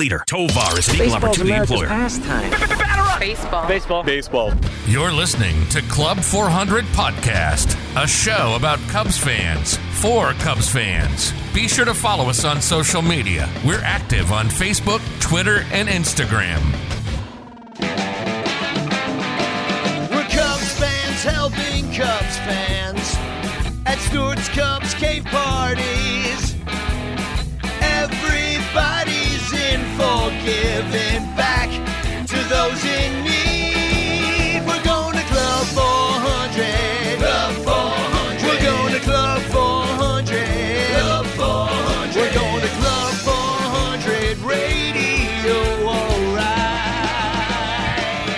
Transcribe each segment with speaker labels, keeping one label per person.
Speaker 1: leader. Tovar is an equal
Speaker 2: Baseball's
Speaker 1: opportunity
Speaker 2: America's
Speaker 1: employer.
Speaker 2: pastime.
Speaker 3: Baseball.
Speaker 4: Baseball.
Speaker 5: Baseball.
Speaker 6: You're listening to Club 400 Podcast, a show about Cubs fans for Cubs fans. Be sure to follow us on social media. We're active on Facebook, Twitter, and Instagram.
Speaker 7: We're Cubs fans helping Cubs fans at Stewart's Cubs cave parties. Everybody's in for giving back to those in need. We're going to Club 400. Club 400. We're going to Club 400. Club 400. We're going to Club 400 Radio. All right.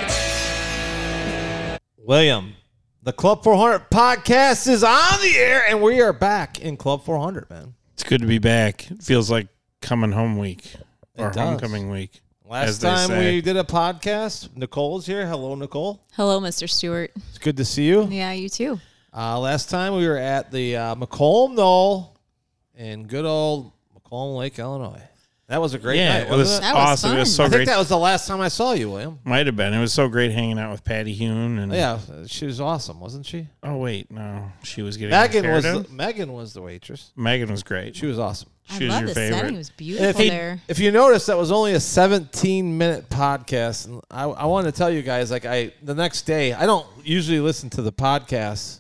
Speaker 8: William, the Club 400 podcast is on the air, and we are back in Club 400, man.
Speaker 9: It's good to be back. It feels like coming home week or
Speaker 8: does.
Speaker 9: homecoming week. as
Speaker 8: Last
Speaker 9: they
Speaker 8: time
Speaker 9: say.
Speaker 8: we did a podcast, Nicole's here. Hello, Nicole.
Speaker 3: Hello, Mr. Stewart.
Speaker 8: It's good to see you.
Speaker 3: Yeah, you too.
Speaker 8: Uh, last time we were at the uh, McComb Knoll in good old McComb Lake, Illinois. That was a great
Speaker 9: yeah,
Speaker 8: night.
Speaker 9: it was
Speaker 8: wasn't it?
Speaker 3: That was
Speaker 9: awesome. It was so
Speaker 8: I
Speaker 9: great.
Speaker 8: think that was the last time I saw you, William.
Speaker 9: Might have been. It was so great hanging out with Patty Hune and
Speaker 8: Yeah, uh, she was awesome, wasn't she?
Speaker 9: Oh wait, no, she was getting
Speaker 8: Megan
Speaker 9: her
Speaker 8: was
Speaker 9: hair
Speaker 8: the,
Speaker 9: done?
Speaker 8: Megan was the waitress.
Speaker 9: Megan was great.
Speaker 8: She was awesome.
Speaker 9: She was your favorite.
Speaker 3: It was
Speaker 8: And
Speaker 3: beautiful
Speaker 8: if, you,
Speaker 3: there.
Speaker 8: if you notice, that was only a 17 minute podcast. And I, I want to tell you guys, like, I the next day, I don't usually listen to the podcast.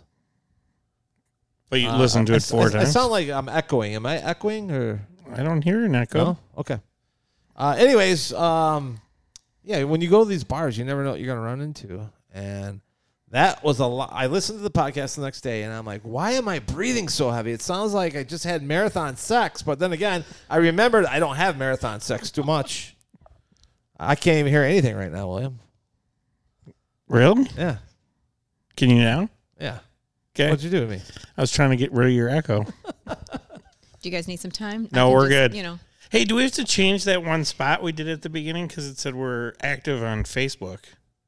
Speaker 9: But you listened to
Speaker 8: I-
Speaker 9: it four
Speaker 8: I, I
Speaker 9: times. I,
Speaker 8: sound like I'm echoing. Am I echoing or
Speaker 9: don't hear an echo.
Speaker 8: no? Okay. Uh, anyways, um, yeah, when you go to these bars, you never know what you're going to run into. And that was a lot. I listened to the podcast the next day and I'm like, why am I breathing so heavy? It sounds like I just had marathon sex. But then again, I remembered I don't have marathon sex too much. I can't even hear anything right now, William.
Speaker 9: Really?
Speaker 8: Yeah.
Speaker 9: Can you now?
Speaker 8: Yeah.
Speaker 9: Okay.
Speaker 8: What'd you do to me?
Speaker 9: I was trying to get rid of your echo.
Speaker 3: Do you guys need some time? I
Speaker 9: No,
Speaker 3: can
Speaker 9: we're
Speaker 3: just,
Speaker 9: good.
Speaker 3: You know,
Speaker 9: hey, do we have to change that one spot we did at the beginning because it said we're active on Facebook?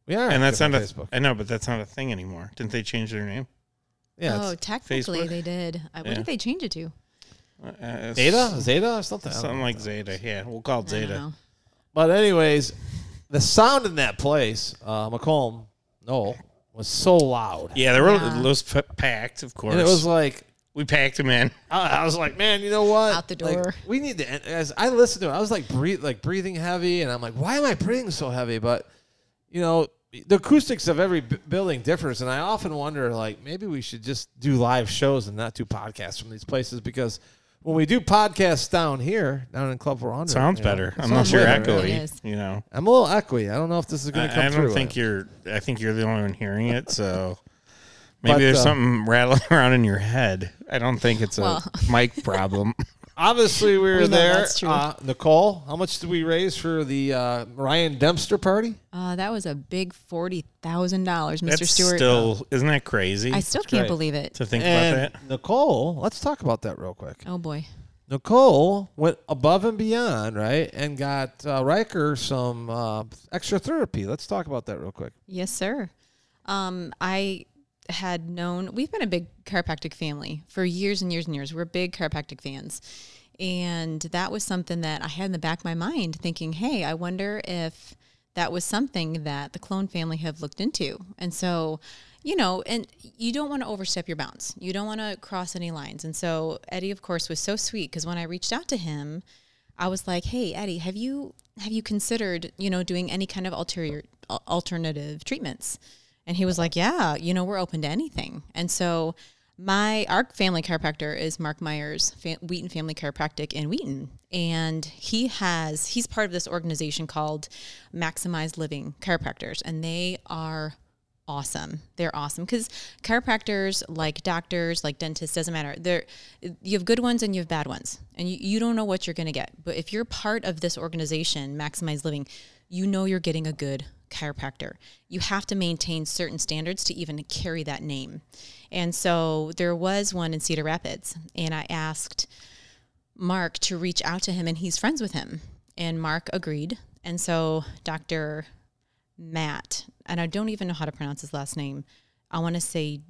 Speaker 8: We are.
Speaker 9: and that's
Speaker 8: on
Speaker 9: not a.
Speaker 8: Facebook.
Speaker 9: I know, but that's not a thing anymore. Didn't they change their name?
Speaker 8: Yeah.
Speaker 3: oh,
Speaker 8: it's
Speaker 3: technically
Speaker 9: Facebook.
Speaker 3: they did. I What
Speaker 9: Yeah.
Speaker 3: did they change it to?
Speaker 9: Uh, Uh,
Speaker 8: Zeta? Zeta or something? I don't
Speaker 9: Something
Speaker 8: know.
Speaker 9: like Zeta. Yeah, we'll call it
Speaker 3: Oh, I don't
Speaker 9: Zeta.
Speaker 3: know.
Speaker 8: But anyways, the sound in that place, uh, Macomb, no, was so loud,
Speaker 9: Yeah, they were
Speaker 3: Yeah.
Speaker 9: those p- packed, of course.
Speaker 8: and it was like
Speaker 9: we packed them in.
Speaker 8: I, I was like, man, you know what?
Speaker 3: Out the
Speaker 8: Like,
Speaker 3: door.
Speaker 8: we need to. end- As I listened to it, I was like, breathe, like breathing heavy, and I'm like, why am I breathing so heavy? But you know, the acoustics of every b- building differs, and I often wonder, like, maybe we should just do live shows and not do podcasts from these places because when we do podcasts down here, down in Club 400,
Speaker 9: Sounds
Speaker 8: you know,
Speaker 9: better.
Speaker 8: it
Speaker 9: I'm not
Speaker 8: sounds
Speaker 9: sure
Speaker 8: better, right?
Speaker 3: It
Speaker 9: echoey.
Speaker 3: is.
Speaker 9: You know,
Speaker 8: I'm a little echoey. I don't know if this is going to come
Speaker 9: I, I
Speaker 8: through.
Speaker 9: don't think you're. I think you're the only one hearing it. So maybe
Speaker 8: But,
Speaker 9: there's
Speaker 8: uh,
Speaker 9: something rattling around in your head. I don't think it's a
Speaker 3: Well.
Speaker 9: mic problem.
Speaker 8: Obviously, we were
Speaker 3: know
Speaker 8: there.
Speaker 3: that's true.
Speaker 8: Uh, Nicole, how much did we raise for the uh, Ryan Dempster party?
Speaker 3: Uh, that was a big forty thousand dollars, Mr.
Speaker 9: That's
Speaker 3: Stewart.
Speaker 9: still isn't that crazy
Speaker 3: I still can't
Speaker 8: great.
Speaker 3: believe it.
Speaker 9: to think about
Speaker 8: And
Speaker 9: that?
Speaker 8: Nicole, let's talk about that real quick.
Speaker 3: Oh boy.
Speaker 8: Nicole went above and beyond, right, and got uh, Riker some uh, extra therapy. Let's talk about that real quick.
Speaker 3: Yes, sir. Um, I had known we've been a big chiropractic family for years and years and years. We're big chiropractic fans. And that was something that I had in the back of my mind thinking, hey, I wonder if that was something that the clone family have looked into. And so, you know, and you don't want to overstep your bounds. You don't want to cross any lines. And so Eddie, of course, was so sweet because when I reached out to him, I was like, "Hey, Eddie, have you have you considered you know doing any kind of ulterior al- alternative treatments?" And he was like, "Yeah, you know, we're open to anything." And so, my our family chiropractor is Mark Myers, fa- Wheaton Family Chiropractic in Wheaton, and he has he's part of this organization called Maximize Living Chiropractors, and they are awesome. They're awesome because chiropractors, like doctors, like dentists, doesn't matter. They're you have good ones and you have bad ones, and you, you don't know what you're going to get. But if you're part of this organization, Maximize Living, you know you're getting a good chiropractor. You have to maintain certain standards to even carry that name. And so there was one in Cedar Rapids, and I asked. Mark to reach out to him, and he's friends with him. And Mark agreed. And so Dr. Matt, and I don't even know how to pronounce his last name. I want to say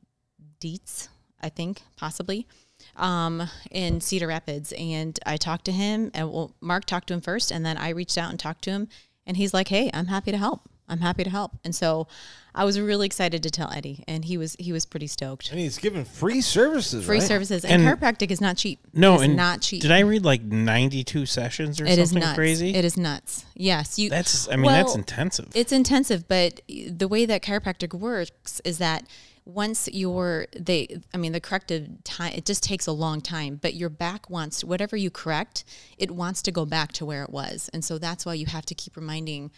Speaker 3: Dietz, I think, possibly, um, in Cedar Rapids. And I talked to him, and well, Mark talked to him first, and then I reached out and talked to him. And he's like, "Hey, I'm happy to help. I'm happy to help." And so I was really excited to tell Eddie, and he was he was pretty stoked.
Speaker 8: And he's giving free services.
Speaker 3: Free
Speaker 8: right?
Speaker 3: services and,
Speaker 9: And-
Speaker 3: chiropractic is not cheap.
Speaker 9: No,
Speaker 3: it's
Speaker 9: and
Speaker 3: not cheap.
Speaker 9: Did I read like 92 sessions or
Speaker 3: It is
Speaker 9: something
Speaker 3: nuts.
Speaker 9: crazy?
Speaker 3: It is nuts. Yes, you.
Speaker 9: that's I mean that's
Speaker 3: Well,
Speaker 9: intensive.
Speaker 3: It's intensive, but the way that chiropractic works is that once you're they, I mean, the corrective time it just takes a long time, but your back wants whatever you correct, it wants to go back to where it was, and so that's why you have to keep reminding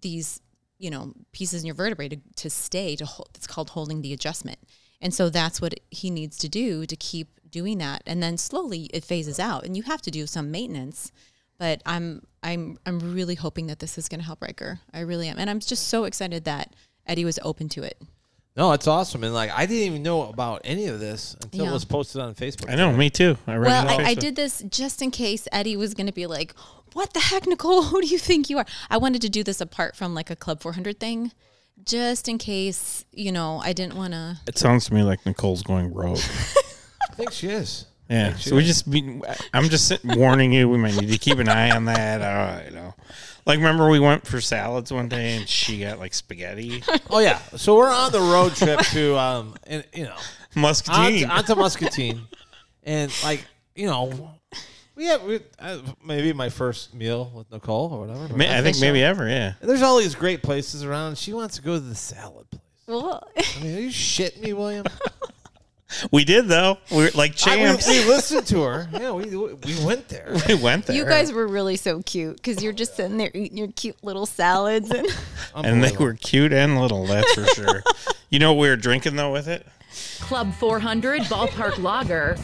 Speaker 3: these you know pieces in your vertebrae to, to stay to hold it's called holding the adjustment and so that's what he needs to do to keep doing that and then slowly it phases out and you have to do some maintenance but i'm i'm i'm really hoping that this is going to help Riker i really am and i'm just so excited that Eddie was open to it
Speaker 8: No, it's awesome. And like, I didn't even know about any of this until it
Speaker 3: Yeah.
Speaker 8: was posted on Facebook.
Speaker 9: I know, me too. I read
Speaker 3: well
Speaker 9: it on
Speaker 3: I, I
Speaker 9: Facebook.
Speaker 3: did this just in case Eddie was going to be like what the heck Nicole who do you think you are i wanted to do this apart from like a club 400 thing just in case you know i didn't want to
Speaker 9: It sounds to me like Nicole's going rogue.
Speaker 8: I think she is.
Speaker 9: Yeah. So we just be, I'm just sit- warning you. We might need to keep an eye on that. Uh, you know, like remember we went for salads one day and she got like spaghetti,
Speaker 8: Oh yeah. So we're on the road trip to um, and you know,
Speaker 9: muscatine.
Speaker 8: onto, onto Muscatine, and like you know, we have we, uh, maybe my first meal with Nicole or whatever.
Speaker 9: Ma- I think
Speaker 3: Official.
Speaker 9: maybe ever. Yeah.
Speaker 8: And there's all these great places around. She wants to go to the salad place.
Speaker 3: well
Speaker 8: I mean, are you shitting me, William?
Speaker 9: We did though. We were like
Speaker 8: I- we,
Speaker 9: champs.
Speaker 8: we listened to her. Yeah, we we went there.
Speaker 9: we went there.
Speaker 3: You guys were really so cute because you're just sitting there eating your cute little salads and
Speaker 9: and they were cute and little. That's for sure. you know what we were drinking though with it?
Speaker 2: Club 400 Ballpark Lager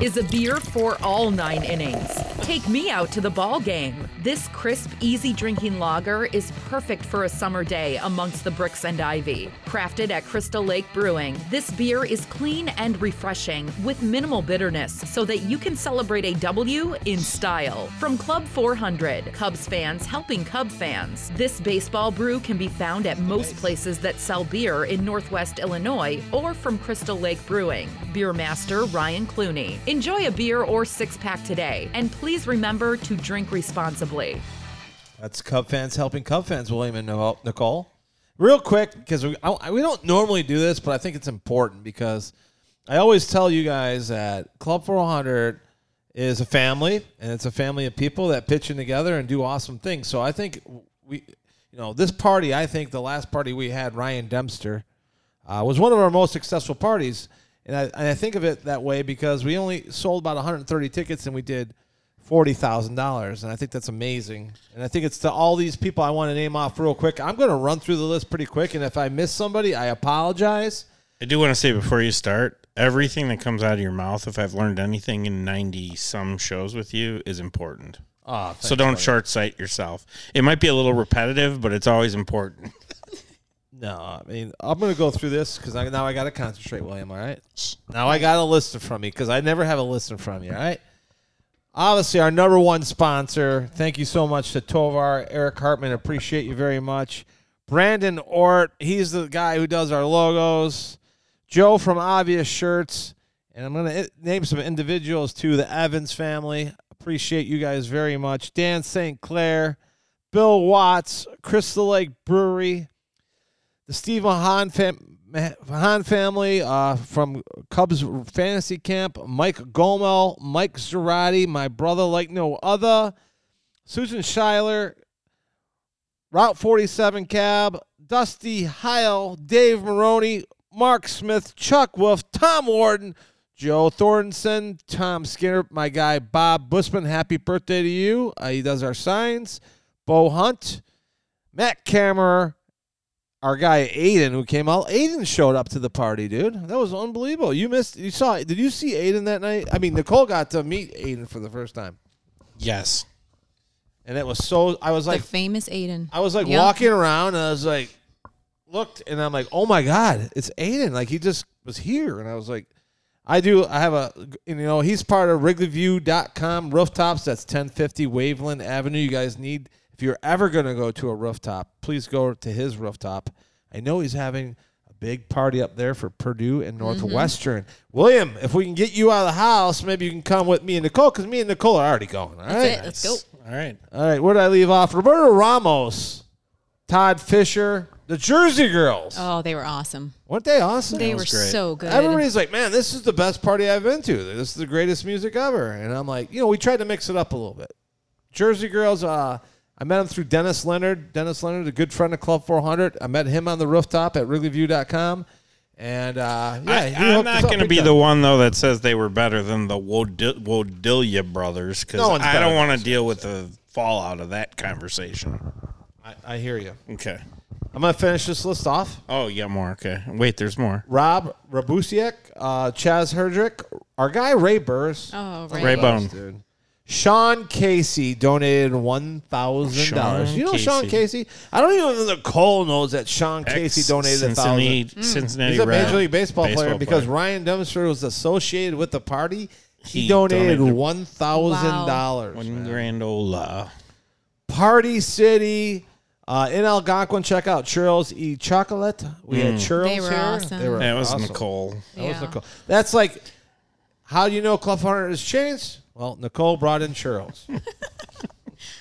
Speaker 2: is a beer for all nine innings. Take me out to the ball game. This crisp, easy drinking lager is perfect for a summer day amongst the bricks and ivy. Crafted at Crystal Lake Brewing, this beer is clean and refreshing with minimal bitterness so that you can celebrate a W in style. From Club 400, Cubs fans helping Cub fans. This baseball brew can be found at most places that sell beer in Northwest Illinois or from Crystal Lake Brewing. Beer Master Ryan Clooney. Enjoy a beer or six pack today, and please remember to drink responsibly.
Speaker 8: That's Cub fans helping Cub fans, William and Nicole- Nicole. Real quick, because we, I- we don't normally do this, but I think it's important because I always tell you guys that Club 400 is a family, and it's a family of people that pitch in together and do awesome things. So I think we, you know, this party, I think the last party we had, Ryan Dempster, uh, was one of our most successful parties. And I, and I think of it that way because we only sold about 130 tickets and we did $40,000. And I think that's amazing. And I think it's to all these people I want to name off real quick. I'm going to run through the list pretty quick. And if I miss somebody, I apologize.
Speaker 9: I do want to say before you start, everything that comes out of your mouth, if I've learned anything in 90 some shows with you, is important.
Speaker 8: Ah,
Speaker 9: so don't short sight yourself. It might be a little repetitive, but it's always important.
Speaker 8: No, I mean, I'm going to go through this because I, now I got to concentrate, William. All right. Now I got a list in front of me because I never have a list in front of me. All right. Obviously, our number one sponsor. Thank you so much to Tovar, Eric Hartman. Appreciate you very much. Brandon Ort, he's the guy who does our logos. Joe from Obvious Shirts. And I'm going to name some individuals too. The Evans family. Appreciate you guys very much. Dan St. Clair, Bill Watts, Crystal Lake Brewery, the Steve Mahan, fam- Mahan family uh, from Cubs Fantasy Camp, Mike Gomel, Mike Zerati, my brother like no other, Susan Schuyler, Route 47 Cab, Dusty Heil, Dave Maroney, Mark Smith, Chuck Wolf, Tom Warden, Joe Thornton, Tom Skinner, my guy Bob Busman. Happy birthday to you. Uh, he does our signs. Bo Hunt, Matt Kammerer, our guy Aiden who came out. Aiden showed up to the party, dude. That was unbelievable. You missed. You saw. Did you see Aiden that night? I mean, Nicole got to meet Aiden for the first time,
Speaker 9: Yes.
Speaker 8: and it was so. I was like,
Speaker 3: the famous Aiden.
Speaker 8: I was like
Speaker 3: Yep.
Speaker 8: walking around, and I was like, looked, and I'm like, oh my god, it's Aiden. Like he just was here, and I was like. I do. I have a, and, you know, he's part of WrigleyView.com rooftops. That's 1050 Waveland Avenue. You guys need, if you're ever going to go to a rooftop, please go to his rooftop. I know he's having a big party up there for Purdue and
Speaker 3: Mm-hmm.
Speaker 8: Northwestern. William, if we can get you out of the house, maybe you can come with me and Nicole because me and Nicole are already going. All
Speaker 3: That's
Speaker 8: right.
Speaker 3: it. Let's go.
Speaker 9: All right.
Speaker 8: All right. Where did I leave off? Roberto Ramos, Todd Fisher, the Jersey Girls.
Speaker 3: Oh, they were awesome.
Speaker 8: Weren't they awesome?
Speaker 3: They were
Speaker 9: was great.
Speaker 3: so good.
Speaker 8: Everybody's like, man, this is the best party I've been to. This is the greatest music ever. And I'm like, you know, we tried to mix it up a little bit. Jersey Girls, uh, I met him through Dennis Leonard. Dennis Leonard, a good friend of Club 400. I met him on the rooftop at WrigleyView.com. And uh, yeah, he
Speaker 9: I, am
Speaker 8: hooked us
Speaker 9: not
Speaker 8: up
Speaker 9: going to
Speaker 8: big
Speaker 9: be
Speaker 8: time.
Speaker 9: the one though that says they were better than the Wodil- Wodilia brothers because
Speaker 8: No one's
Speaker 9: I
Speaker 8: better
Speaker 9: don't
Speaker 8: than
Speaker 9: want to deal with the fallout of that conversation.
Speaker 8: I, I hear you.
Speaker 9: Okay.
Speaker 8: I'm going to finish this list off.
Speaker 9: Oh yeah, more. Okay. Wait, there's more.
Speaker 8: Rob Rabusiak, uh, Chaz Herdrick, our guy Ray Burris.
Speaker 3: Oh, right.
Speaker 9: Ray Bone.
Speaker 8: dude. Sean Casey donated one thousand dollars.
Speaker 9: Sean
Speaker 8: You know Sean
Speaker 9: Casey.
Speaker 8: Casey? I don't even know if Nicole knows that Sean Casey
Speaker 9: Ex-
Speaker 8: donated a
Speaker 9: Cincinnati.
Speaker 8: thousand.
Speaker 9: Cincinnati
Speaker 8: He's a
Speaker 9: Red-
Speaker 8: major league baseball, player
Speaker 9: baseball
Speaker 8: because
Speaker 9: player.
Speaker 8: Ryan Dempster was associated with the party. He,
Speaker 9: He
Speaker 8: donated,
Speaker 9: donated-
Speaker 8: one thousand dollars.
Speaker 9: one grand ola.
Speaker 8: Party City. Uh, in Algonquin, check out Churros E Chocolate. We had churros
Speaker 3: They were
Speaker 8: here.
Speaker 3: awesome.
Speaker 9: That Mm. was
Speaker 8: awesome.
Speaker 9: Nicole.
Speaker 8: That was
Speaker 3: Yeah.
Speaker 8: Nicole. That's like, how do you know Club 400 has changed? Well, Nicole brought in churros.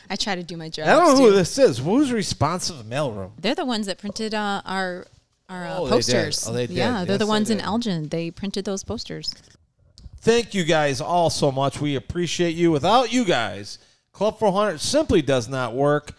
Speaker 3: I try to do my job.
Speaker 8: I don't know who this is. Who's responsive mailroom?
Speaker 3: They're the ones that printed uh, our our uh,
Speaker 8: Oh, they did.
Speaker 3: posters.
Speaker 8: Oh, they did.
Speaker 3: Yeah, they're
Speaker 8: Yes, they
Speaker 3: the ones in
Speaker 8: did.
Speaker 3: Elgin. They printed those posters.
Speaker 8: Thank you guys all so much. We appreciate you. Without you guys, Club 400 simply does not work.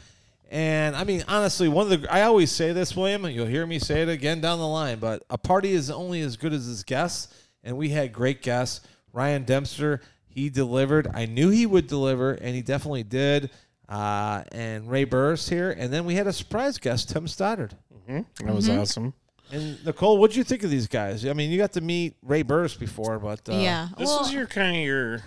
Speaker 8: And I mean, honestly, one of the I always say this, William. and You'll hear me say it again down the line, but a party is only as good as its guests, and we had great guests. Ryan Dempster, he delivered. I knew he would deliver, and he definitely did. Uh, and Ray Burris here, and then we had a surprise guest, Tim Stoddard.
Speaker 9: That
Speaker 3: Mm-hmm.
Speaker 9: was awesome.
Speaker 8: And Nicole, what'd you think of these guys? I mean, you got to meet Ray Burris before, but uh,
Speaker 3: yeah.
Speaker 9: This
Speaker 3: well,
Speaker 9: is your kind of your.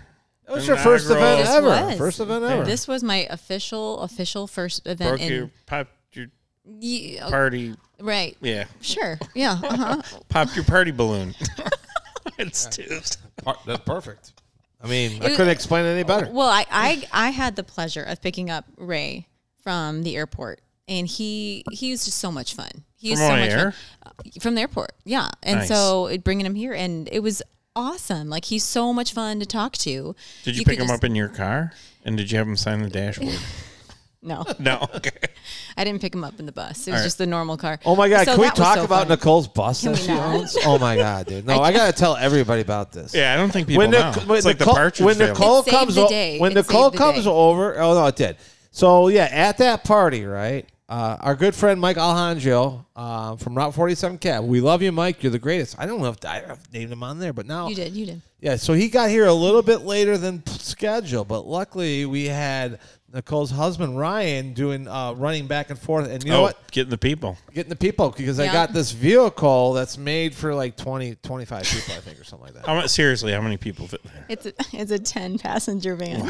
Speaker 8: that was your first
Speaker 9: inaugural-
Speaker 8: event
Speaker 3: this
Speaker 8: ever.
Speaker 3: was.
Speaker 8: First event ever.
Speaker 3: This was my official official first event
Speaker 9: Broke
Speaker 3: in
Speaker 9: your pop your
Speaker 3: Ye- oh,
Speaker 9: party.
Speaker 3: right.
Speaker 9: Yeah.
Speaker 3: Sure. Yeah. Uh-huh.
Speaker 9: Pop your party balloon. it's just.
Speaker 8: that's perfect. I mean, I
Speaker 3: It-
Speaker 8: couldn't explain it any better.
Speaker 3: Well, I, I I had the pleasure of picking up Ray from the airport, and he he was just so much fun. He was
Speaker 9: From
Speaker 3: so
Speaker 9: on
Speaker 3: much
Speaker 9: air?
Speaker 3: fun. Uh, from the airport, yeah. And
Speaker 9: Nice.
Speaker 3: so it, bringing him here, and it was awesome. Like he's so much fun to talk to.
Speaker 9: Did you,
Speaker 3: could
Speaker 9: pick him
Speaker 3: just-
Speaker 9: up in your car? And did you have him sign the dashboard?
Speaker 3: No,
Speaker 9: no. Okay.
Speaker 3: I didn't pick him up in the bus. It was
Speaker 9: right.
Speaker 3: just the normal car.
Speaker 8: Oh my God!
Speaker 3: So
Speaker 8: can we
Speaker 3: that was
Speaker 8: talk
Speaker 3: so
Speaker 8: about
Speaker 3: fun.
Speaker 8: Nicole's bus
Speaker 3: Can
Speaker 8: that
Speaker 3: we
Speaker 8: she
Speaker 3: not?
Speaker 8: owns? Oh my God, dude! No, I gotta tell everybody about this.
Speaker 9: Yeah, I don't think people know.
Speaker 8: Nic-
Speaker 9: it's like the
Speaker 8: Nicole-
Speaker 9: partridge
Speaker 8: when
Speaker 9: family.
Speaker 8: Nicole
Speaker 3: It saved
Speaker 8: comes
Speaker 3: the
Speaker 8: o-
Speaker 3: day.
Speaker 8: when
Speaker 3: It
Speaker 8: Nicole
Speaker 3: saved the
Speaker 8: comes
Speaker 3: day.
Speaker 8: over. Oh no, it did. So yeah, at that party, right? Uh, our good friend Mike Alhangio uh, from Route 47 Cab. We love you, Mike. You're the greatest. I don't know if I I've named him on there, but now
Speaker 3: You did. You did.
Speaker 8: yeah, so he got here a little bit later than p- scheduled, but luckily we had Nicole's husband Ryan doing uh, running back and forth, and you know
Speaker 9: oh,
Speaker 8: what?
Speaker 9: getting the people.
Speaker 8: Getting the people because I
Speaker 3: Yeah.
Speaker 8: got this vehicle that's made for like 20, 25 people, I think, or something like that.
Speaker 9: How much, seriously, how many people fit there?
Speaker 3: It's a, it's a ten passenger van.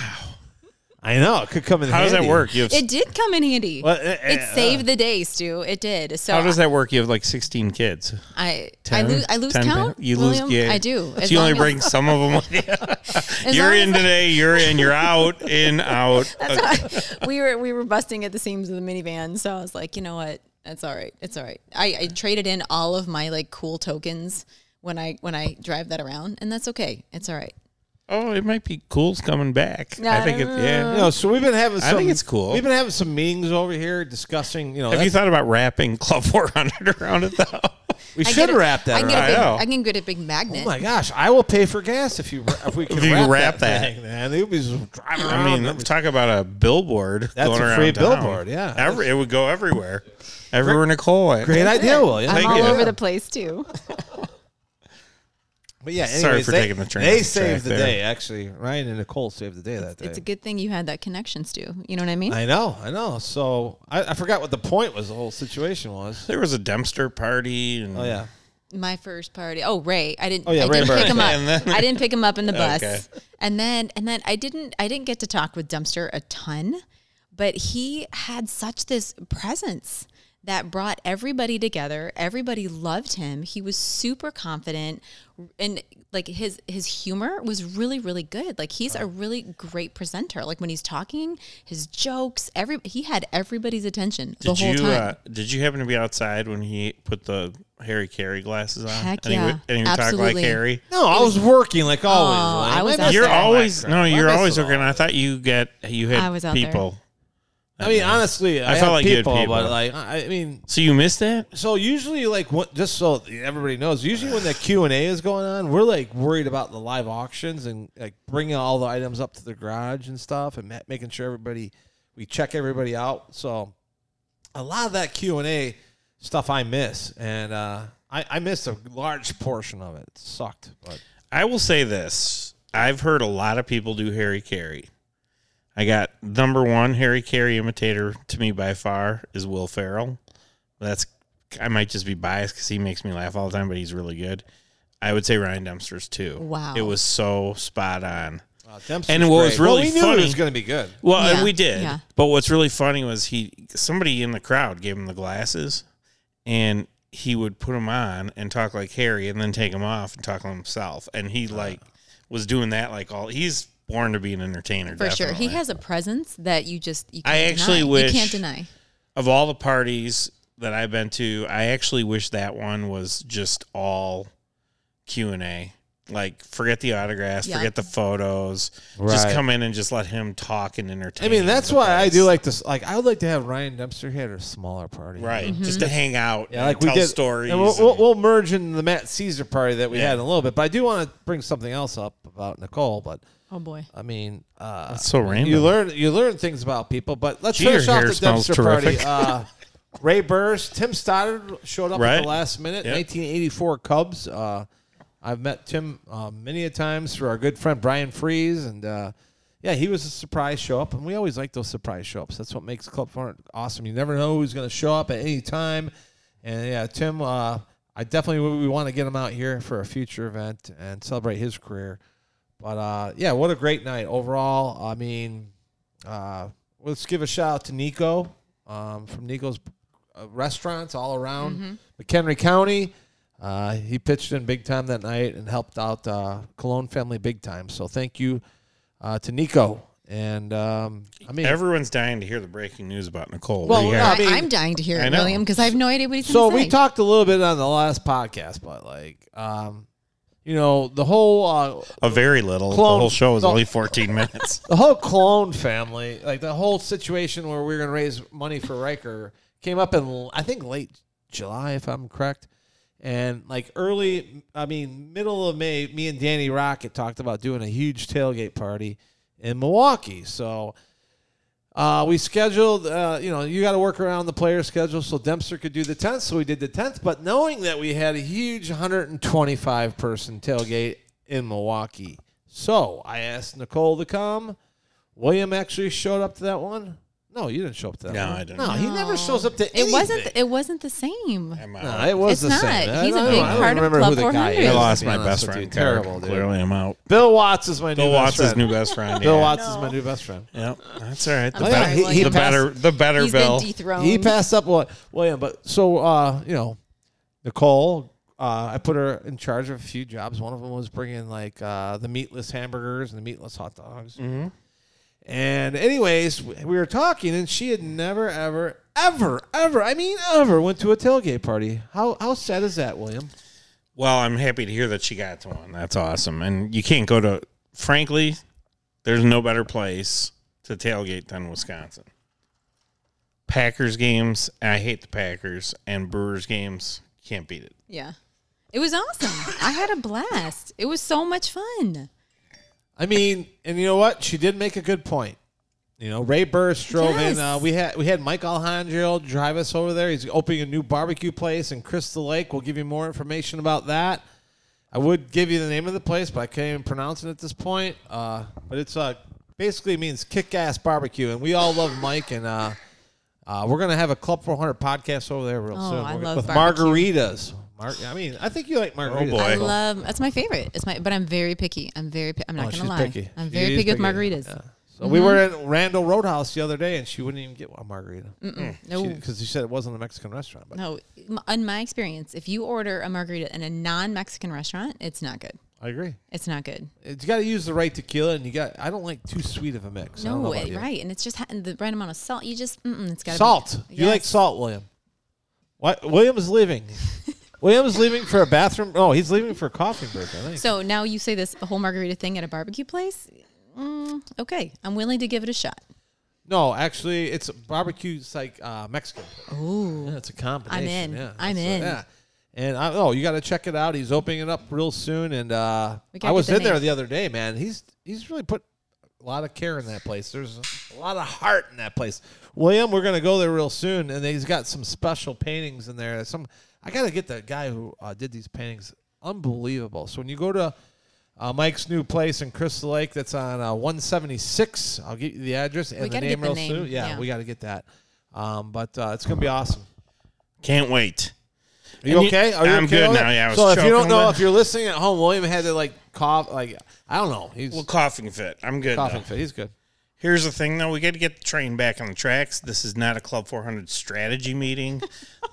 Speaker 8: I know it could come in.
Speaker 9: How does that
Speaker 8: handy.
Speaker 9: work? You have,
Speaker 3: It did come in handy.
Speaker 8: Well, uh,
Speaker 3: it
Speaker 8: uh,
Speaker 3: saved the day, Stu. It did. So
Speaker 9: how does that work? You have like 16 kids.
Speaker 3: I
Speaker 9: 10?
Speaker 3: I lose I lose
Speaker 9: 10
Speaker 3: count.
Speaker 9: people? You
Speaker 3: William?
Speaker 9: lose, yeah.
Speaker 3: I do.
Speaker 9: So
Speaker 3: As
Speaker 9: you only
Speaker 3: long as-
Speaker 9: bring some of them with you.
Speaker 3: as
Speaker 9: You're
Speaker 3: long
Speaker 9: in
Speaker 3: as-
Speaker 9: today, you're in, you're out, in, out.
Speaker 3: we were we were busting at the seams of the minivan, so I was like, you know what? It's all right. It's all right. I, I traded in all of my like cool tokens when I when I drive that around, and that's okay. It's all right.
Speaker 9: Oh, it might be cool's coming back.
Speaker 3: No,
Speaker 9: I think it,
Speaker 3: no, no,
Speaker 9: yeah.
Speaker 8: No, so we've been having.
Speaker 9: I
Speaker 8: Some,
Speaker 9: think it's cool.
Speaker 8: We've been having some meetings over here discussing. You know,
Speaker 9: Have you
Speaker 8: that's-
Speaker 9: thought about wrapping Club 400 around it though?
Speaker 8: we
Speaker 3: I
Speaker 8: should
Speaker 3: get a-
Speaker 8: wrap that.
Speaker 3: I
Speaker 8: around.
Speaker 3: can, get a
Speaker 9: I
Speaker 3: big,
Speaker 9: know.
Speaker 3: I can get a big magnet.
Speaker 8: Oh my gosh! I will pay for gas if you if we can
Speaker 9: If you
Speaker 8: wrap,
Speaker 9: wrap
Speaker 8: that,
Speaker 9: that.
Speaker 8: thing, man. It would be just driving around.
Speaker 9: I mean, talk about a billboard.
Speaker 8: That's
Speaker 9: going
Speaker 8: a
Speaker 9: around
Speaker 8: free
Speaker 9: town.
Speaker 8: billboard, yeah.
Speaker 9: Every, it would go everywhere. Everywhere Nicole went.
Speaker 8: great idea, William.
Speaker 3: I'm
Speaker 9: Thank
Speaker 3: all
Speaker 9: you.
Speaker 3: over the place too.
Speaker 8: But yeah, anyways,
Speaker 9: Sorry for
Speaker 8: they,
Speaker 9: taking the train off
Speaker 8: They
Speaker 9: the
Speaker 8: saved
Speaker 9: track
Speaker 8: the
Speaker 9: there.
Speaker 8: day, actually. Ryan and Nicole saved the day that day.
Speaker 3: It's a good thing you had that connection, Stu. You know what I mean?
Speaker 8: I know, I know. So I, I forgot what the point was. The whole situation was.
Speaker 9: There was a dumpster party. And
Speaker 8: Oh yeah,
Speaker 3: my first party. Oh, Ray. I didn't.
Speaker 8: Oh, yeah,
Speaker 3: I
Speaker 8: Ray
Speaker 3: didn't
Speaker 8: Burns.
Speaker 3: pick him up.
Speaker 9: And then-
Speaker 3: I didn't pick him up in the bus.
Speaker 9: Okay.
Speaker 3: And then and then I didn't I didn't get to talk with Dumpster a ton, but he had such this presence that brought everybody together. Everybody loved him. He was super confident and like his his humor was really really good. Like he's a really great presenter. Like when he's talking, his jokes, every he had everybody's attention the
Speaker 9: Did
Speaker 3: whole
Speaker 9: you
Speaker 3: time.
Speaker 9: uh, did you happen to be outside when he put the Harry Carey glasses on?
Speaker 3: Heck
Speaker 9: and
Speaker 3: yeah.
Speaker 9: He would, and he would talk like
Speaker 3: Absolutely.
Speaker 9: Harry.
Speaker 8: no, I was working like always.
Speaker 3: Oh,
Speaker 8: Like,
Speaker 3: I was
Speaker 8: missed
Speaker 3: out
Speaker 9: You're
Speaker 3: there.
Speaker 8: all that
Speaker 9: always
Speaker 8: crap.
Speaker 9: no.
Speaker 8: I
Speaker 9: You're
Speaker 8: missed
Speaker 9: always
Speaker 8: it
Speaker 9: looking. I thought you got you had
Speaker 3: I was out there.
Speaker 9: people.
Speaker 8: I mean, honestly, I,
Speaker 9: I felt
Speaker 8: had
Speaker 9: like you had
Speaker 8: people, but
Speaker 9: people.
Speaker 8: like, I I mean,
Speaker 9: So you missed that?
Speaker 8: so usually, like, what, just so everybody knows, usually when the Q and A is going on, we're like worried about the live auctions and like bringing all the items up to the garage and stuff, and ma- making sure everybody we check everybody out. So a lot of that Q and A stuff I miss, and uh, I, I missed a large portion of it. It sucked, but
Speaker 9: I will say this: I've heard a lot of people do Harry Carey. I got number one Harry Carey imitator to me by far is Will Ferrell. That's I might just be biased because he makes me laugh all the time, but he's really good. I would say Ryan Dempster's too.
Speaker 3: Wow.
Speaker 9: it was so spot on.
Speaker 8: uh, Dempster's
Speaker 9: And what was
Speaker 8: great. Well,
Speaker 9: really
Speaker 8: we knew it
Speaker 9: funny-
Speaker 8: was going to be good.
Speaker 9: Well, and
Speaker 3: Yeah,
Speaker 9: we did.
Speaker 3: yeah.
Speaker 9: But what's really funny was he somebody in the crowd gave him the glasses, and he would put them on and talk like Harry, and then take them off and talk like himself. And he like was doing that like all. He's born to be an entertainer
Speaker 3: For sure. He
Speaker 9: definitely.
Speaker 3: has a presence that you just you can't
Speaker 9: I actually
Speaker 3: deny.
Speaker 9: wish-
Speaker 3: you can't deny.
Speaker 9: of all the parties that I've been to. I actually wish that one was just all Q and A. Like forget the autographs,
Speaker 3: Yeah.
Speaker 9: forget the photos. Just
Speaker 8: Right.
Speaker 9: come in and just let him talk and entertain.
Speaker 8: I mean, that's
Speaker 9: the
Speaker 8: why I do
Speaker 9: place.
Speaker 8: like this. Like, I would like to have Ryan Dempster here at a smaller party,
Speaker 9: Right,
Speaker 3: Mm-hmm.
Speaker 9: just to hang out,
Speaker 8: Yeah, like
Speaker 9: tell
Speaker 8: we did
Speaker 9: stories.
Speaker 8: And we'll, we'll,
Speaker 9: and-
Speaker 8: we'll merge in the Matt Caesar party that we
Speaker 9: Yeah.
Speaker 8: had in a little bit, but I do want to bring something else up about Nicole. But
Speaker 3: Oh boy.
Speaker 8: I mean, uh,
Speaker 9: That's so random.
Speaker 8: You learn you learn things about people. But let's
Speaker 9: Gee,
Speaker 8: finish
Speaker 9: your
Speaker 8: off the
Speaker 9: hair smells
Speaker 8: dumpster party.
Speaker 9: terrific.
Speaker 8: Uh, Ray Burrs, Tim Stoddard showed up at
Speaker 9: Right.
Speaker 8: the last minute.
Speaker 9: Yep.
Speaker 8: 1984 Cubs. Uh, I've met Tim uh, many a times through our good friend Brian Freeze, and uh, yeah, he was a surprise show up, and we always like those surprise show ups. That's what makes Club Fun awesome. You never know who's going to show up at any time, and yeah, Tim. Uh, I definitely we want to get him out here for a future event and celebrate his career. But uh, yeah, what a great night overall. I mean, uh, let's give a shout out to Nico um, from Nico's uh, restaurants all around McHenry County. Uh, he pitched in big time that night and helped out uh, Cologne family big time. So thank you uh, to Nico. And um, I mean,
Speaker 9: Everyone's dying to hear the breaking news about Nicole.
Speaker 8: Well,
Speaker 9: What do you
Speaker 8: no,
Speaker 9: got?
Speaker 8: I mean-
Speaker 3: I, am dying to hear
Speaker 9: I
Speaker 3: it,
Speaker 9: know.
Speaker 3: William, because I have no idea what he's
Speaker 8: so
Speaker 3: going to say.
Speaker 8: we talked a little bit on the last podcast, but like, um, you know, the whole uh,
Speaker 9: a very little.
Speaker 8: Clone-
Speaker 9: the whole show is
Speaker 8: Clone-
Speaker 9: only 14 minutes.
Speaker 8: the whole clone family, like the whole situation where we were going to raise money for Riker, came up in l- I think late July, if I'm correct, and like early, I mean middle of May, me and Danny Rocket talked about doing a huge tailgate party in Milwaukee. So uh, we scheduled, uh, you know, you got to work around the player schedule. So Dempster could do the 10th. So we did the 10th. But knowing that we had a huge 125 person tailgate in Milwaukee. So I asked Nicole to come. William actually showed up to that one. No, you didn't show up to that
Speaker 9: No,
Speaker 8: one.
Speaker 9: I didn't.
Speaker 8: No, he never shows up to anything.
Speaker 3: it wasn't. It wasn't the same.
Speaker 9: I'm out.
Speaker 8: no, it was
Speaker 3: It's
Speaker 8: the
Speaker 3: not.
Speaker 8: same. I
Speaker 3: He's a
Speaker 8: don't-
Speaker 3: big
Speaker 8: I don't
Speaker 3: part of
Speaker 8: remember who
Speaker 3: Club
Speaker 8: the guy
Speaker 3: 400.
Speaker 8: is,
Speaker 9: I
Speaker 3: Yes,
Speaker 9: lost
Speaker 8: to be
Speaker 9: my
Speaker 8: honest
Speaker 9: best
Speaker 8: with
Speaker 9: friend.
Speaker 8: you. Terrible, dude.
Speaker 9: Clearly, I'm out.
Speaker 8: Bill Watts is my new
Speaker 9: Bill
Speaker 8: best
Speaker 9: Watts is
Speaker 8: friend.
Speaker 9: new best friend.
Speaker 8: Bill
Speaker 9: yeah.
Speaker 8: Watts is my new best friend.
Speaker 9: Yep, that's all right. The,
Speaker 3: I'm
Speaker 9: better,
Speaker 3: sorry, William.
Speaker 9: the
Speaker 8: He passed-
Speaker 9: better, the better
Speaker 3: He's
Speaker 9: Bill.
Speaker 3: been dethroned.
Speaker 8: He passed up what William, but so uh, you know, Nicole. Uh, I put her in charge of a few jobs. One of them was bringing like uh, the meatless hamburgers and the meatless hot dogs.
Speaker 9: Mm-hmm.
Speaker 8: And anyways, we we were talking, and she had never, ever, ever, ever. I mean, ever went to a tailgate party. How how sad is that, William?
Speaker 9: Well, I'm happy to hear that she got to one. That's awesome. And you can't go to, frankly, there's no better place to tailgate than Wisconsin. Packers games, I hate the Packers, and Brewers games, can't beat it.
Speaker 3: Yeah, it was awesome. I had a blast. It was so much fun.
Speaker 8: I mean, and you know what? She did make a good point. You know, Ray Burst drove
Speaker 3: Yes.
Speaker 8: in. Uh, we had we had Mike Alejandro drive us over there. He's opening a new barbecue place in Crystal Lake. We'll give you more information about that. I would give you the name of the place, but I can't even pronounce it at this point. Uh, but it's uh, basically means kick ass barbecue, and we all love Mike, and uh, uh, we're gonna have a Club 400 podcast over there real
Speaker 3: Oh,
Speaker 8: soon
Speaker 3: I
Speaker 8: We're-
Speaker 3: love
Speaker 8: with
Speaker 3: barbecue.
Speaker 8: margaritas. Mar- I mean, I think you like margaritas.
Speaker 9: boy.
Speaker 3: Oh, I
Speaker 9: Right.
Speaker 3: love that's my favorite. It's my but I'm very picky. I'm very pi- I'm
Speaker 8: Oh,
Speaker 3: not gonna
Speaker 8: she's
Speaker 3: lie.
Speaker 8: picky.
Speaker 3: I'm very
Speaker 8: She's
Speaker 3: picky, with margaritas. Mm-hmm.
Speaker 8: Yeah. So we were at Randall Roadhouse the other day, and she wouldn't even get a margarita.
Speaker 3: Mm, No.
Speaker 8: because she said it wasn't a Mexican restaurant. But
Speaker 3: No, m- in my experience, if you order a margarita in a non-Mexican restaurant, it's not good.
Speaker 8: I agree.
Speaker 3: It's not good.
Speaker 8: You got to use the right tequila, and you got. I don't like too sweet of a mix. I don't know
Speaker 3: No,
Speaker 8: about
Speaker 3: it,
Speaker 8: you.
Speaker 3: right, and it's just ha- and the right amount of salt. You just mm-mm, it's got to
Speaker 8: Salt.
Speaker 3: Be,
Speaker 8: You like
Speaker 3: Yes.
Speaker 8: salt, William? What? William is leaving. William is leaving for a bathroom. Oh, he's leaving for a coffee break. I think.
Speaker 3: So now you say this whole margarita thing at a barbecue place. Mm, okay, I'm willing to give it a shot.
Speaker 8: no, actually, it's barbecue. It's like uh, Mexican.
Speaker 3: Ooh,
Speaker 8: Yeah, it's a combination.
Speaker 3: in.
Speaker 8: Yeah,
Speaker 3: I'm
Speaker 8: It's a-
Speaker 3: in.
Speaker 8: Yeah. And I, oh, you got to check it out. He's opening it up real soon. And uh,
Speaker 3: We gotta
Speaker 8: I was
Speaker 3: get the
Speaker 8: in there
Speaker 3: name.
Speaker 8: the other day, man. He's he's really put a lot of care in that place. There's a lot of heart in that place. William, we're gonna go there real soon, and he's got some special paintings in there. Some I gotta get the guy who uh, did these paintings. Unbelievable. So when you go to uh, Mike's new place in Crystal Lake, that's on uh, 176. I'll get you the address and the
Speaker 3: gotta
Speaker 8: name
Speaker 3: get the
Speaker 8: real
Speaker 3: name,
Speaker 8: soon. Yeah,
Speaker 3: yeah.
Speaker 8: we got to get that. Um, but uh, it's gonna be awesome.
Speaker 9: Can't wait.
Speaker 8: Are you
Speaker 9: And you-
Speaker 8: okay? Are you
Speaker 9: I'm
Speaker 8: okay
Speaker 9: good
Speaker 8: over
Speaker 9: now,
Speaker 8: there?
Speaker 9: yeah, I was
Speaker 8: so if you don't
Speaker 9: choking a
Speaker 8: know,
Speaker 9: little.
Speaker 8: if you're listening at home, William had to like cough, like I don't know. He's
Speaker 9: Well, coughing fit. I'm good.
Speaker 8: coughing
Speaker 9: now.
Speaker 8: fit. He's good.
Speaker 9: Here's the thing, though. We got to get the train back on the tracks. This is not a Club 400 strategy meeting.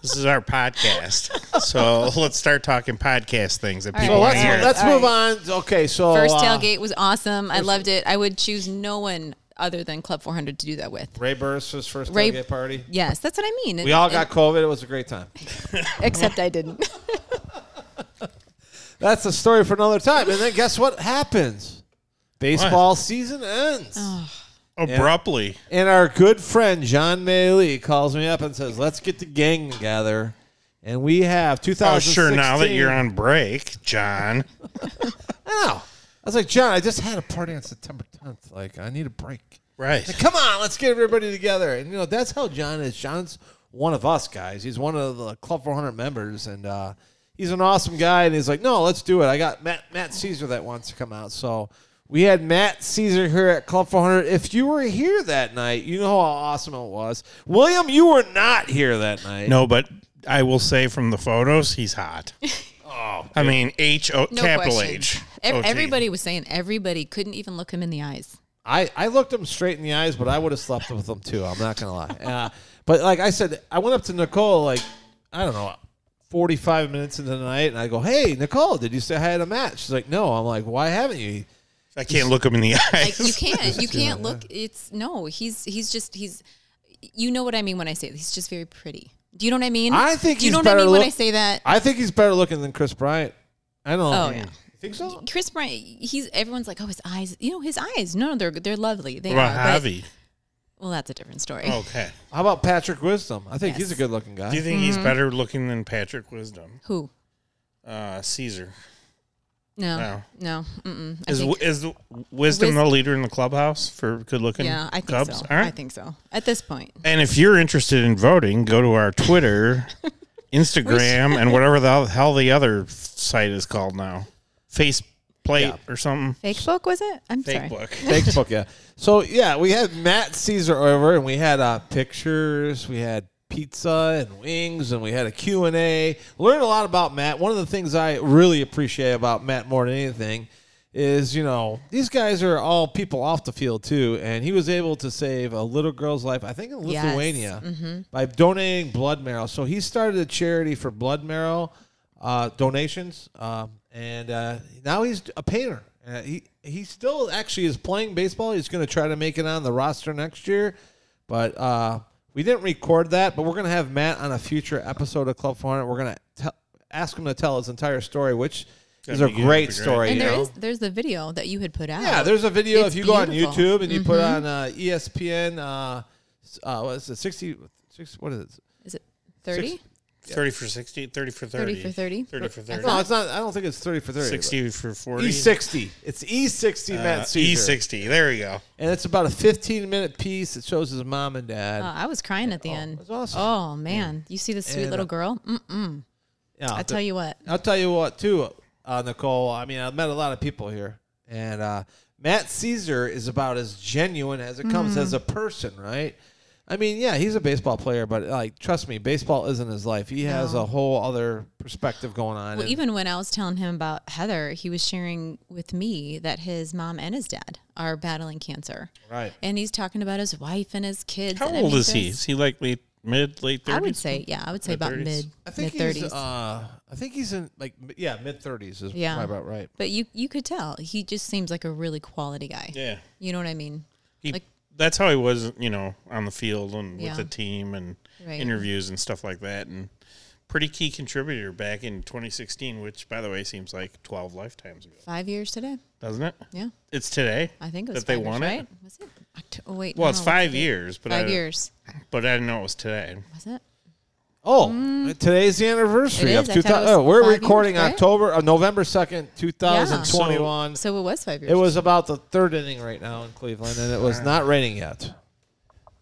Speaker 9: this is our podcast. So let's start talking podcast things that
Speaker 3: right.
Speaker 9: people
Speaker 8: So
Speaker 3: Well,
Speaker 9: want
Speaker 8: let's
Speaker 9: to
Speaker 3: yeah.
Speaker 9: hear.
Speaker 8: let's
Speaker 3: All
Speaker 8: move
Speaker 3: right.
Speaker 8: on. Okay, so
Speaker 3: first
Speaker 8: uh,
Speaker 3: tailgate was awesome. I loved it. I would choose no one other than Club 400 to do that with.
Speaker 8: Ray Burris' first
Speaker 3: Ray-
Speaker 8: tailgate party.
Speaker 3: Yes, that's what I mean.
Speaker 8: We all got COVID. It was a great time.
Speaker 3: except I didn't.
Speaker 8: That's a story for another time. And then guess what happens? Baseball season ends.
Speaker 3: Oh.
Speaker 9: Abruptly.
Speaker 8: And our good friend John Maley calls me up and says, "Let's get the gang together." And we have
Speaker 9: Oh,
Speaker 8: 2016.
Speaker 9: sure. Now that you're on break, John.
Speaker 8: I know. I was like, John, I just had a party on September 10th. Like, I need a break.
Speaker 9: Right.
Speaker 8: Come on, let's get everybody together. And you know, that's how John is. John's one of us guys. He's one of the Club 400 members, and uh, he's an awesome guy. And he's like, no, let's do it. I got Matt Matt Caesar that wants to come out. So we had Matt Caesar here at Club 400. If you were here that night, you know how awesome it was. William, you were not here that night.
Speaker 9: No, but I will say from the photos, he's hot. Oh, I mean H O
Speaker 3: No
Speaker 9: capital
Speaker 3: question.
Speaker 9: H.
Speaker 3: Ev-
Speaker 8: Oh,
Speaker 9: OT.
Speaker 3: Everybody was saying everybody couldn't even look him in the eyes.
Speaker 8: I, I looked him straight in the eyes, but I would have slept with him too. I'm not gonna lie. Uh, but like I said, I went up to Nicole like I don't know, 45 minutes into the night, and I go, "Hey, Nicole, did you say I had a match?" She's like, "No." I'm like, "Why haven't you?"
Speaker 9: I can't look him in the
Speaker 3: Like you
Speaker 9: eyes.
Speaker 3: can't, you can't look. It's no. He's he's just he's. You know what I mean when I say he's just very pretty. Do you know what I mean?
Speaker 8: I think
Speaker 3: Do you
Speaker 8: he's
Speaker 3: know what I
Speaker 8: better
Speaker 3: mean when
Speaker 8: look-
Speaker 3: I say that.
Speaker 8: I think he's better looking than Chris Bryant. I don't. know.
Speaker 3: Oh, yeah.
Speaker 8: You think so?
Speaker 3: Chris Bryant, he's everyone's like, oh, his eyes. You know, his eyes. No, they're they're lovely. They
Speaker 9: What
Speaker 3: are.
Speaker 9: about
Speaker 3: but-
Speaker 9: Javi?
Speaker 3: well, that's a different story.
Speaker 8: Oh.
Speaker 9: Okay.
Speaker 8: How about Patrick Wisdom? I think
Speaker 3: Yes.
Speaker 8: he's a good looking guy.
Speaker 9: Do you think he's
Speaker 3: Mm-hmm.
Speaker 9: better looking than Patrick Wisdom?
Speaker 3: Who?
Speaker 9: Uh, Caesar.
Speaker 3: No,
Speaker 9: No.
Speaker 3: no. Mm-mm. I
Speaker 9: Is
Speaker 3: think-
Speaker 9: is the- Wisdom
Speaker 3: Wis-
Speaker 9: the leader in the clubhouse for good looking?
Speaker 3: yeah, I think
Speaker 9: Cubs?
Speaker 3: so.
Speaker 9: All right.
Speaker 3: I think so. At this point,
Speaker 9: And if you're interested in voting, go to our Twitter, Instagram, and whatever the hell the other site is called now, Face Plate or something.
Speaker 3: fake book was it? I'm sorry.
Speaker 9: book.
Speaker 8: Facebook, yeah. So yeah, we had Matt Caesar over, and we had uh, pictures, we had pizza and wings, and we had a Q and A. Learned a lot about Matt. One of the things I really appreciate about Matt more than anything is, you know, these guys are all people off the field too, and he was able to save a little girl's life. I think in
Speaker 3: Yes.
Speaker 8: Lithuania
Speaker 3: Mm-hmm.
Speaker 8: by donating blood marrow. So he started a charity for blood marrow uh, donations, um, and uh, now he's a painter. Uh, he he still actually is playing baseball. He's going to try to make it on the roster next year, but uh, we didn't record that. But we're going to have Matt on a future episode of Club 400. We're going to ask him to tell his entire story, which is a
Speaker 9: be
Speaker 8: great
Speaker 9: good. That'd be great.
Speaker 8: story.
Speaker 3: And
Speaker 8: you
Speaker 3: there
Speaker 8: know?
Speaker 3: is there's the video that you had put out.
Speaker 8: Yeah, there's a video
Speaker 3: It's
Speaker 8: if you go on
Speaker 3: beautiful. Mm-hmm.
Speaker 8: YouTube and you put on uh, ESPN. Uh, s- uh, what is it? 60, 60 What is it?
Speaker 3: Is it 30?
Speaker 9: 30 for 60, 30 for 30.
Speaker 3: 30 for 30?
Speaker 9: 30 for 30.
Speaker 8: No, it's not. I don't think it's thirty for thirty. but-
Speaker 9: 60 for 40.
Speaker 8: E60. It's E60
Speaker 9: Uh,
Speaker 8: Matt E Caesar.
Speaker 9: E60. There you go.
Speaker 8: And it's about a 15 minute piece that shows his mom and dad.
Speaker 3: Oh, I was crying at the end.
Speaker 8: that's awesome.
Speaker 3: Oh man, you see this sweet
Speaker 8: And, uh,
Speaker 3: little girl? Mm,
Speaker 8: yeah,
Speaker 3: I
Speaker 8: but-
Speaker 3: tell you what,
Speaker 8: I'll tell you what, too. uh, Nicole. I mean, I've met a lot of people here, and uh, Matt Caesar is about as genuine as it
Speaker 3: Mm-hmm.
Speaker 8: comes as a person, right? I mean, yeah, he's a baseball player, but like, trust me, baseball isn't his life. He has a whole other perspective going on.
Speaker 3: Well,
Speaker 8: and-
Speaker 3: even when I was telling him about Heather, he was sharing with me that his mom and his dad are battling cancer.
Speaker 8: Right.
Speaker 3: And he's talking about his wife and his kids.
Speaker 9: How
Speaker 3: and
Speaker 9: old
Speaker 3: everything.
Speaker 9: is he? Is he like late, mid, late 30s?
Speaker 3: E I would say, yeah, I would say about
Speaker 9: Mid-thirties?
Speaker 3: mid
Speaker 8: I
Speaker 3: mid
Speaker 8: think he's.
Speaker 3: thirties.
Speaker 8: Uh, I think he's in like m- yeah, mid thirties is
Speaker 3: Yeah.
Speaker 8: probably about right.
Speaker 3: but you you could tell he just seems like a really quality guy.
Speaker 9: Yeah.
Speaker 3: You know what I mean?
Speaker 9: He,
Speaker 3: Like-
Speaker 9: that's how he was, you know, on the field and
Speaker 3: Yeah.
Speaker 9: with the team and
Speaker 3: Right.
Speaker 9: interviews and stuff like that. And pretty key contributor back in 2016, which, by the way, seems like 12 lifetimes ago,
Speaker 3: Five years today.
Speaker 9: doesn't it?
Speaker 3: Yeah.
Speaker 9: It's today.
Speaker 3: I think it was
Speaker 9: that they
Speaker 3: five
Speaker 9: won
Speaker 3: years,
Speaker 9: it.
Speaker 3: right? Was it? Oct- oh wait.
Speaker 9: Well,
Speaker 3: no,
Speaker 9: it's
Speaker 3: what's
Speaker 9: five
Speaker 3: the date?
Speaker 9: years, but
Speaker 3: Five
Speaker 9: I,
Speaker 3: years.
Speaker 9: But I didn't know it was today.
Speaker 3: Was it?
Speaker 8: Oh, today's the anniversary
Speaker 3: Mm. It
Speaker 8: of
Speaker 3: is. I
Speaker 8: two
Speaker 3: thought it
Speaker 8: thousand.
Speaker 3: was
Speaker 8: Oh, we're
Speaker 3: five years,
Speaker 8: recording
Speaker 3: right?
Speaker 8: October, uh, November second, two thousand twenty-one.
Speaker 3: So it was five years.
Speaker 8: it was about the third inning right now in Cleveland, and it was not raining yet.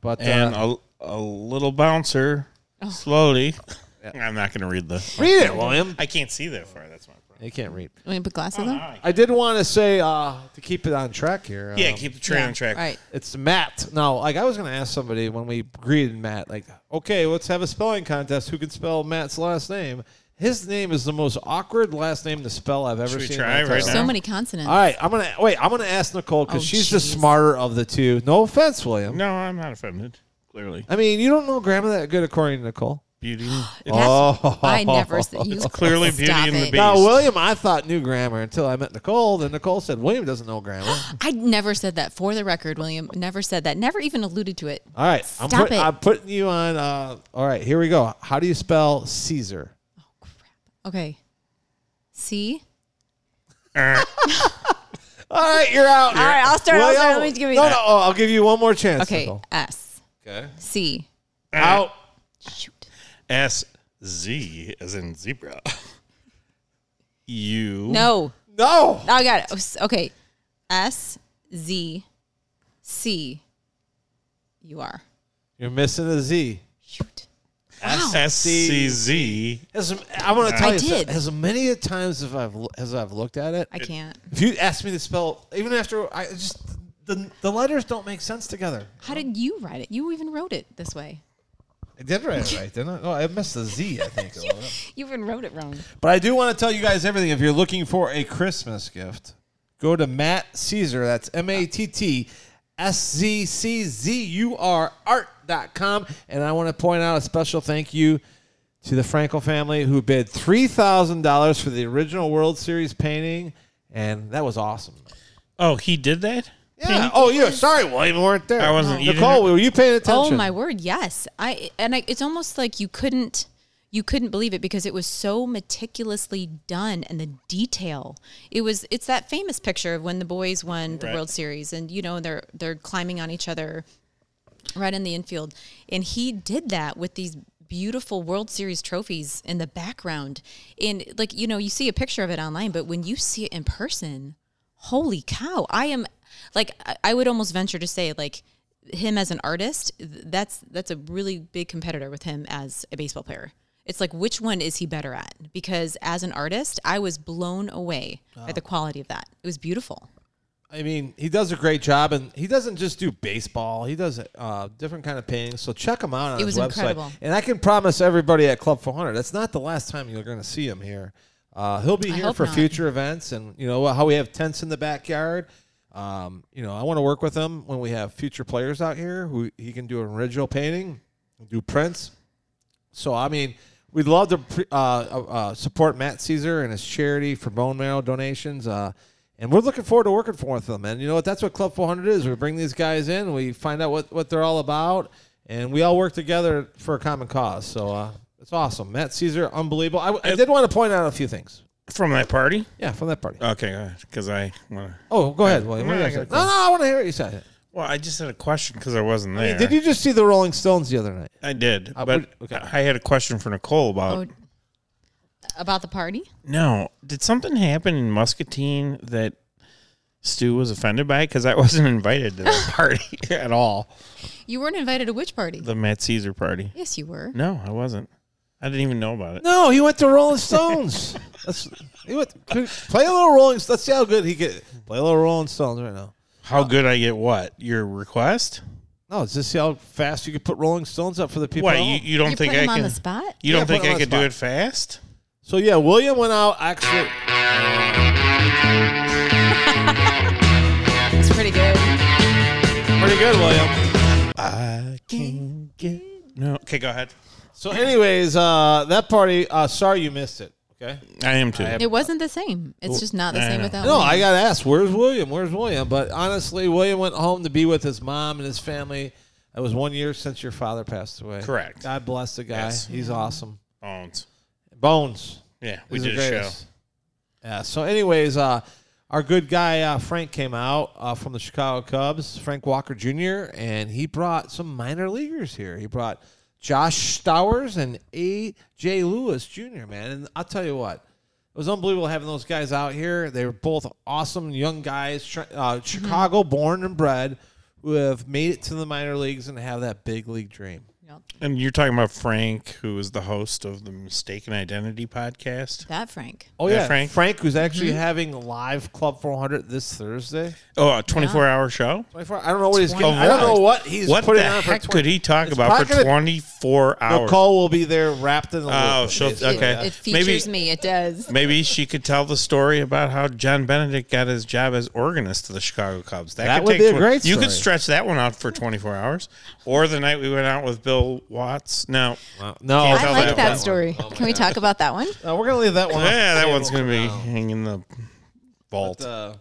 Speaker 8: But
Speaker 9: And
Speaker 8: uh,
Speaker 9: a, a little bouncer
Speaker 3: Oh.
Speaker 9: slowly. I'm not going to read the.
Speaker 8: read it, William.
Speaker 9: I can't see that far. That's my problem.
Speaker 8: You can't read.
Speaker 3: Let me
Speaker 9: Oh,
Speaker 3: put glasses on.
Speaker 8: I did want to say uh, to keep it on track here.
Speaker 9: Yeah,
Speaker 8: um,
Speaker 9: keep the train on track.
Speaker 3: Right.
Speaker 8: It's Matt. No, like I was gonna ask somebody when we greeted Matt, like, okay, let's have a spelling contest. Who can spell Matt's last name? His name is the most awkward last name to spell I've ever
Speaker 9: we
Speaker 8: seen.
Speaker 9: try
Speaker 8: in my entire
Speaker 9: right
Speaker 8: life.
Speaker 9: now?
Speaker 3: So many consonants.
Speaker 8: All right, I'm gonna wait. I'm gonna ask Nicole because
Speaker 3: Oh,
Speaker 8: she's the
Speaker 3: jeez.
Speaker 8: smarter of the two. No offense, William.
Speaker 9: No, I'm not offended. Clearly,
Speaker 8: I mean, you don't know grammar that good, according to Nicole.
Speaker 9: beauty.
Speaker 3: That's-
Speaker 8: Oh.
Speaker 3: I never. said- You
Speaker 9: Clearly
Speaker 3: stop
Speaker 9: Beauty and the Beast.
Speaker 3: it.
Speaker 8: Now,
Speaker 9: Beast.
Speaker 8: William, I thought knew grammar until I met Nicole. Then Nicole said William doesn't know grammar.
Speaker 3: I never said that. For the record, William never said that. Never even alluded to it.
Speaker 8: All right, I'm,
Speaker 3: Stop
Speaker 8: put-
Speaker 3: it.
Speaker 8: I'm putting you on. Uh, all right, here we go. How do you spell Caesar?
Speaker 3: Okay. See.
Speaker 9: Uh,
Speaker 8: All right, you're out. All
Speaker 3: right, I'll start, I'll start. Let me give you
Speaker 8: no,
Speaker 3: that.
Speaker 8: No, oh, I'll give you one more chance.
Speaker 3: Okay.
Speaker 8: Nicole.
Speaker 3: S.
Speaker 8: Okay.
Speaker 3: C.
Speaker 8: Out.
Speaker 3: Shoot.
Speaker 9: S Z as in zebra. U.
Speaker 3: No.
Speaker 8: No.
Speaker 3: I got it. S- Okay. S Z C U R.
Speaker 8: You're missing a Z.
Speaker 3: Shoot.
Speaker 9: S S C Z.
Speaker 8: As I want to tell
Speaker 3: I
Speaker 8: you,
Speaker 3: did.
Speaker 8: as many times as I've lo- as I've looked at it,
Speaker 3: I can't.
Speaker 8: if you ask me to spell, even after I just the the letters don't make sense together.
Speaker 3: How did you write it? You even wrote it this way.
Speaker 8: I did write it right, didn't I? No, I missed a Z, I think.
Speaker 3: You even wrote it wrong.
Speaker 8: But I do want to tell you guys everything. If you're looking for a Christmas gift, go to Matt Caesar. That's M A T T S Z C Z U R art.com. And I want to point out a special thank you to the Frankel family who bid $3,000 for the original World Series painting. And that was awesome.
Speaker 9: Oh, he did that.
Speaker 8: Yeah. Oh, yeah. Sorry, William, we weren't there.
Speaker 9: I wasn't- you
Speaker 8: Nicole,
Speaker 9: didn't-
Speaker 8: were you paying attention?
Speaker 3: Oh my word, yes. I and I, it's almost like you couldn't you couldn't believe it because it was so meticulously done and the detail. It was it's that famous picture of when the boys won the
Speaker 9: Right.
Speaker 3: World Series and you know they're they're climbing on each other right in the infield and he did that with these beautiful World Series trophies in the background. And like you know, you see a picture of it online, but when you see it in person, holy cow i am like I- i would almost venture to say like him as an artist th- that's that's a really big competitor with him as a baseball player it's like which one is he better at because as an artist i was blown away by the quality of that it was beautiful
Speaker 8: I mean, he does a great job, and he doesn't just do baseball. He does uh, different kind of paintings. So check him out on
Speaker 3: It
Speaker 8: his
Speaker 3: was
Speaker 8: website.
Speaker 3: incredible.
Speaker 8: And I can promise everybody at Club 400 that's not the last time you're going to see him here. Uh, he'll be here
Speaker 3: hope
Speaker 8: for
Speaker 3: not.
Speaker 8: future events, and you know how we have tents in the backyard. Um, you know, I want to work with him when we have future players out here who he can do an original painting, do prints. So I mean, we'd love to pre- uh, uh, uh, support Matt Caesar and his charity for bone marrow donations. Uh, and we're looking forward to working for with them. And you know what? That's what Club 400 is. We bring these guys in, we find out what, what they're all about, and we all work together for a common cause. So uh, it's awesome. Matt Caesar, unbelievable. I, I did want to point out a few things.
Speaker 9: From that party.
Speaker 8: Yeah, from that party.
Speaker 9: Okay, because I want to.
Speaker 8: oh, go ahead, William. What
Speaker 9: no,
Speaker 8: did I
Speaker 9: I
Speaker 8: say?
Speaker 9: got a
Speaker 8: no, no, I want to hear what you said.
Speaker 9: Well, I just had a question because I wasn't there.
Speaker 8: Hey, did you just see the Rolling Stones the other night?
Speaker 9: I did,
Speaker 8: Uh,
Speaker 9: but
Speaker 8: what- okay.
Speaker 9: I had a question for Nicole about.
Speaker 8: Uh,
Speaker 3: oh about the party
Speaker 9: No, did something happen in Muscatine that Stu was offended by? Because I wasn't invited to that party at all.
Speaker 3: you weren't invited to which party
Speaker 9: The Matt Caesar party.
Speaker 3: yes you were
Speaker 9: No, I wasn't. I didn't even know about it.
Speaker 8: No, he went to Rolling Stones. That's he went play a little Rolling. Let's see how good he get. Play a little Rolling Stones right now.
Speaker 9: How good I get what? Your request?
Speaker 8: No, it's just see how fast you could put Rolling Stones up for the people.
Speaker 9: What
Speaker 8: at
Speaker 9: you,
Speaker 8: home.
Speaker 9: you don't
Speaker 3: You're
Speaker 9: think
Speaker 3: putting
Speaker 9: I
Speaker 3: him
Speaker 9: can
Speaker 3: on the spot?
Speaker 9: You
Speaker 8: Yeah,
Speaker 9: don't
Speaker 8: put
Speaker 9: think
Speaker 8: him
Speaker 9: I
Speaker 8: on the
Speaker 9: could do
Speaker 8: spot.
Speaker 9: it fast?
Speaker 8: so yeah, William went out actually.
Speaker 3: It's pretty good.
Speaker 8: Pretty good, William.
Speaker 9: I can get no. Okay, go ahead.
Speaker 8: So, anyways, uh, that party. Uh, sorry you missed it. Okay.
Speaker 9: I am too.
Speaker 3: It wasn't the same. It's just not the
Speaker 9: I
Speaker 3: same
Speaker 9: know.
Speaker 3: without.
Speaker 8: No,
Speaker 3: Liam.
Speaker 8: I got asked, "Where's William? Where's William?" But honestly, William went home to be with his mom and his family. It was one year since your father passed away.
Speaker 9: Correct.
Speaker 8: God bless the guy.
Speaker 9: Yes.
Speaker 8: He's awesome.
Speaker 9: Bones.
Speaker 8: Bones.
Speaker 9: Yeah, we
Speaker 8: is the
Speaker 9: did a show.
Speaker 8: greatest. Yeah. So, anyways, uh, our good guy uh, Frank came out uh, from the Chicago Cubs, Frank Walker Jr., and he brought some minor leaguers here. He brought Josh Stowers and A.J. Lewis Jr., man. And I'll tell you what, it was unbelievable having those guys out here. They were both awesome young guys, tr-
Speaker 9: Mm-hmm.
Speaker 8: uh, Chicago born and bred, who have made it to the minor leagues and have that big league dream.
Speaker 3: Yep.
Speaker 9: And you're talking about Frank, who is the host of the Mistaken Identity podcast.
Speaker 3: that Frank.
Speaker 8: Oh,
Speaker 9: Yeah,
Speaker 8: yeah.
Speaker 9: Frank.
Speaker 8: Frank, who's actually having live Club 400 this Thursday.
Speaker 9: Oh, a 24 hour show.
Speaker 8: 24. I don't know what he's getting.
Speaker 9: Of
Speaker 8: I don't know what he's
Speaker 9: What
Speaker 8: putting
Speaker 9: the
Speaker 8: on for
Speaker 9: heck
Speaker 8: 20
Speaker 9: could he talk
Speaker 8: It's
Speaker 9: about
Speaker 8: probably
Speaker 9: for
Speaker 8: gonna-
Speaker 9: 24
Speaker 8: Nicole
Speaker 9: hours?
Speaker 8: will be there wrapped in the
Speaker 9: Oh,
Speaker 8: loop.
Speaker 9: she'll-
Speaker 8: basically.
Speaker 9: okay.
Speaker 8: Yeah.
Speaker 3: It
Speaker 9: Maybe-
Speaker 3: features me. It does.
Speaker 9: Maybe she could tell the story about how John Benedict got his job as organist to the Chicago Cubs.
Speaker 8: That
Speaker 9: could
Speaker 8: would be a
Speaker 9: tw-
Speaker 8: great
Speaker 9: You could
Speaker 8: story.
Speaker 9: stretch that one out for 24 hours. Or the night we went out with Bill Watts. No.
Speaker 8: No,
Speaker 9: Can't
Speaker 3: I
Speaker 9: tell
Speaker 3: like
Speaker 9: that
Speaker 3: that
Speaker 9: one.
Speaker 3: story. Can we talk about that one?
Speaker 8: no, we're gonna leave that one. off the
Speaker 9: Yeah, eh, that
Speaker 8: table
Speaker 9: one's going to
Speaker 8: for
Speaker 9: be
Speaker 8: now.
Speaker 9: hanging in the vault.
Speaker 8: Uh,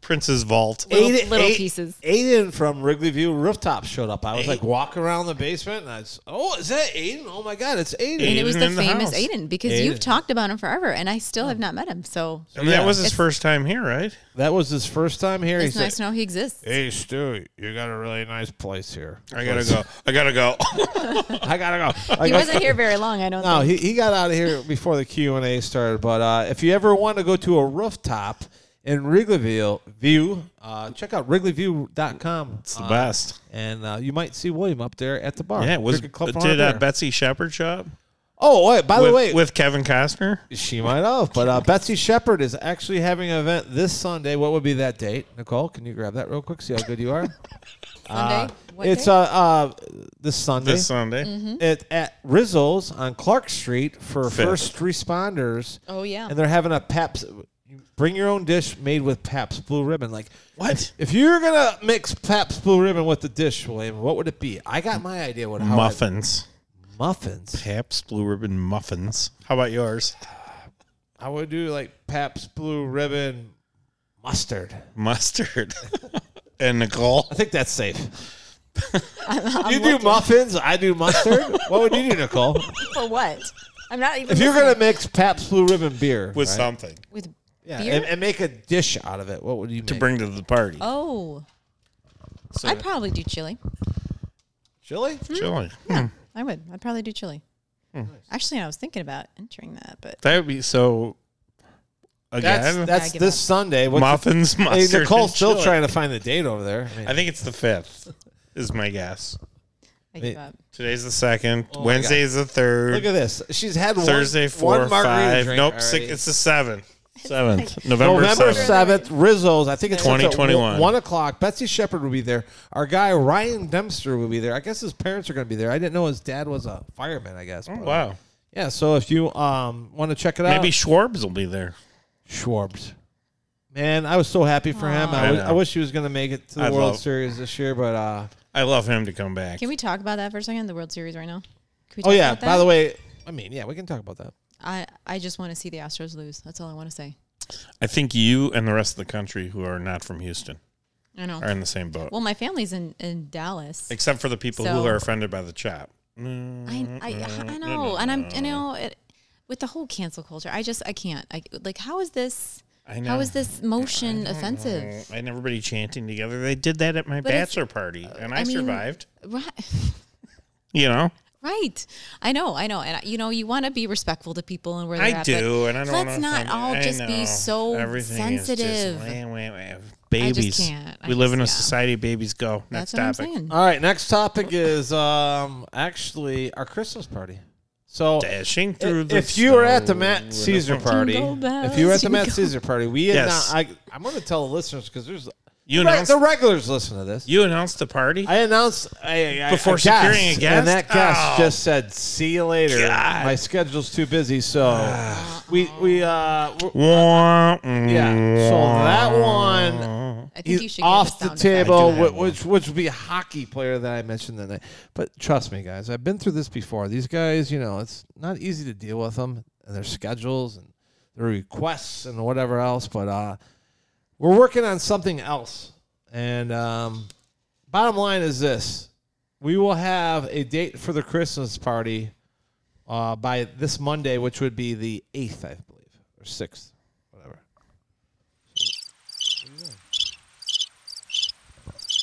Speaker 9: Prince's vault.
Speaker 3: Little-
Speaker 8: Aiden-
Speaker 3: little
Speaker 8: Aiden-
Speaker 3: pieces.
Speaker 8: Aiden from Wrigley View rooftop showed up. I was like walking around the basement, and I was, oh, is that Aiden? Oh my God, it's Aiden.
Speaker 3: And it was
Speaker 9: Aiden
Speaker 3: the
Speaker 9: in the
Speaker 3: famous
Speaker 9: house.
Speaker 3: Aiden because
Speaker 8: Aiden. Oh.
Speaker 3: you've talked about him forever, and I still have not met him. So
Speaker 9: And that was his
Speaker 3: It's-
Speaker 9: first time here, right?
Speaker 8: That was his first time here.
Speaker 3: it's
Speaker 8: He
Speaker 3: nice
Speaker 8: said,
Speaker 3: to know he exists.
Speaker 8: Hey Stu, you got a really nice place here.
Speaker 9: I gotta go. I gotta go.
Speaker 8: I gotta go. I gotta-
Speaker 3: He wasn't here very long. I don't.
Speaker 8: No,
Speaker 3: think.
Speaker 8: he, he got out of here before the Q and A started. But uh, if you ever want to go to a rooftop in Wrigleyville View, uh, check out WrigleyView.com.
Speaker 9: it's the
Speaker 8: uh,
Speaker 9: best.
Speaker 8: and uh, you might see William up there at the bar.
Speaker 9: Yeah, it was
Speaker 8: Cricket Club
Speaker 9: did uh,
Speaker 8: Bar.
Speaker 9: Betsy Shepard show up?
Speaker 8: oh wait, by
Speaker 9: with,
Speaker 8: the way,
Speaker 9: with Kevin Costner.
Speaker 8: she might have. But uh, Betsy Shepard is actually having an event this Sunday. What would be that date? Nicole, can you grab that real quick? See how good you are.
Speaker 3: Sunday. What
Speaker 8: it's
Speaker 3: day?
Speaker 8: uh, uh this Sunday.
Speaker 9: This Sunday.
Speaker 8: It, at Rizzo's on Clark Street for
Speaker 9: Fifth.
Speaker 8: first responders.
Speaker 3: Oh, yeah.
Speaker 8: and they're having a Pabst. Bring your own dish made with Pabst Blue Ribbon. Like
Speaker 9: What?
Speaker 8: if you're gonna mix Pabst Blue Ribbon with the dish, William, what would it be? I got my idea. What how I-
Speaker 9: Muffins.
Speaker 8: muffins?
Speaker 9: Pabst Blue Ribbon muffins. How about yours?
Speaker 8: I would do like Pabst Blue Ribbon mustard.
Speaker 9: Mustard. and Nicole.
Speaker 8: I think that's safe. you do muffins, I do mustard. what would you do, Nicole?
Speaker 3: for what? I'm not even.
Speaker 8: If you're
Speaker 3: listening.
Speaker 8: gonna mix Pabst Blue Ribbon beer
Speaker 9: With
Speaker 8: right?
Speaker 9: something
Speaker 3: with
Speaker 8: yeah,
Speaker 3: beer.
Speaker 8: and, and make a dish out of it, what would you
Speaker 9: to
Speaker 8: make?
Speaker 9: bring to the party.
Speaker 3: oh, I'd probably do chili.
Speaker 8: chili?
Speaker 9: Chili. Hmm.
Speaker 3: I would. I'd probably do chili.
Speaker 8: Hmm.
Speaker 3: Actually, I was thinking about entering that, but
Speaker 9: That would be so.
Speaker 8: That's
Speaker 9: Again,
Speaker 8: that's
Speaker 3: I give
Speaker 8: this
Speaker 3: up.
Speaker 8: Sunday. What's the-
Speaker 9: muffins,
Speaker 8: Hey,
Speaker 9: mustard.
Speaker 8: Nicole's
Speaker 9: and
Speaker 8: still
Speaker 9: chili.
Speaker 8: trying to find the date over there. I mean,
Speaker 9: I think it's the fifth, is my guess.
Speaker 3: I give up.
Speaker 9: Today's the second.
Speaker 3: Oh,
Speaker 8: my
Speaker 9: Wednesday is the third.
Speaker 8: look at this. She's had one-
Speaker 9: Thursday, four,
Speaker 8: one margarita
Speaker 9: five.
Speaker 8: drink
Speaker 9: Nope,
Speaker 8: already.
Speaker 9: six, it's the seventh. Seventh, November,
Speaker 8: November
Speaker 9: seventh.
Speaker 8: seventh, Rizzo's. I think it's starts at
Speaker 9: 2021.
Speaker 8: one- One o'clock. Betsy Shepard will be there. Our guy Ryan Dempster will be there. I guess his parents are going to be there. I didn't know his dad was a fireman. I guess. but-
Speaker 9: Oh, Wow.
Speaker 8: Yeah. So if you um want to check it out,
Speaker 9: Maybe Schwarbs will be there.
Speaker 8: Schwarbs. Man, I was so happy for him. I
Speaker 9: I
Speaker 8: wish-
Speaker 9: know.
Speaker 8: I wish he was going to make it to the
Speaker 9: I'd
Speaker 8: World
Speaker 9: love-
Speaker 8: Series this year, but uh,
Speaker 9: I love him to come back.
Speaker 3: Can we talk about that for a second? The World Series right now. Can we
Speaker 8: oh
Speaker 3: talk
Speaker 8: yeah.
Speaker 3: about that?
Speaker 8: By the way, I mean yeah, we can talk about that.
Speaker 3: I I just want to see the Astros lose. That's all I want to say.
Speaker 9: I think you and the rest of the country who are not from Houston
Speaker 3: I know.
Speaker 9: are in the same boat,
Speaker 3: Well, my family's in in Dallas.
Speaker 9: except for the people
Speaker 3: So-
Speaker 9: who are offended by the Mm, chop.
Speaker 3: I, I, I know, and I'm, you know, it, with the whole cancel culture, I just, I can't. I like, how is this?
Speaker 9: I know.
Speaker 3: How is this motion offensive?
Speaker 9: And everybody chanting together. They did that at my
Speaker 3: But it's- uh,
Speaker 9: bachelor party, and I,
Speaker 3: I mean-
Speaker 9: survived.
Speaker 3: Right,
Speaker 9: You know,
Speaker 3: right. I know, I know, and I- you know, you want to be respectful to people and where they're
Speaker 9: I
Speaker 3: at,
Speaker 9: do,
Speaker 3: but
Speaker 9: and I don't.
Speaker 3: Let's
Speaker 9: wanna
Speaker 3: not
Speaker 9: offend-
Speaker 3: all
Speaker 9: I
Speaker 3: just
Speaker 9: know.
Speaker 3: be so
Speaker 9: Everything is just
Speaker 3: sensitive.
Speaker 9: wah, wah, wah. Babies.
Speaker 3: can't. I
Speaker 9: we live
Speaker 3: just-
Speaker 9: in a
Speaker 3: yeah.
Speaker 9: society. of Babies go. Next
Speaker 3: That's what I'm
Speaker 9: topic.
Speaker 3: saying.
Speaker 8: All right, next topic is um, actually our Christmas party. So
Speaker 9: Dashing
Speaker 8: i-
Speaker 9: through the
Speaker 8: if you were at the
Speaker 9: snow
Speaker 8: Matt
Speaker 9: with a
Speaker 8: Caesar
Speaker 9: pump-
Speaker 8: party,
Speaker 3: Jingle bells,
Speaker 8: if you were at the Matt
Speaker 3: jingle-
Speaker 8: Caesar party, we had
Speaker 9: Yes.
Speaker 8: not- I, I'm going to tell the listeners because there's
Speaker 9: You
Speaker 8: Right,
Speaker 9: announced-
Speaker 8: the regulars listen to this.
Speaker 9: you announced the party.
Speaker 8: I announced I, I,
Speaker 9: Before
Speaker 8: a guest,
Speaker 9: securing a guest?
Speaker 8: and that guest
Speaker 9: Oh.
Speaker 8: just said, "See you later."
Speaker 9: God.
Speaker 8: My schedule's too busy, so we we uh we're-
Speaker 9: Wah,
Speaker 8: yeah. So that one
Speaker 3: I think you
Speaker 8: he's
Speaker 3: should
Speaker 8: off
Speaker 3: get
Speaker 8: the
Speaker 3: the, sound
Speaker 8: table,
Speaker 9: I do have
Speaker 8: whi- which which would be a hockey player that I mentioned that night. But trust me, guys, I've been through this before. These guys, you know, it's not easy to deal with them and their schedules and their requests and whatever else. But uh, we're working on something else. And um, bottom line is this: we will have a date for the Christmas party uh, by this Monday, which would be the eighth, I believe, or sixth, whatever.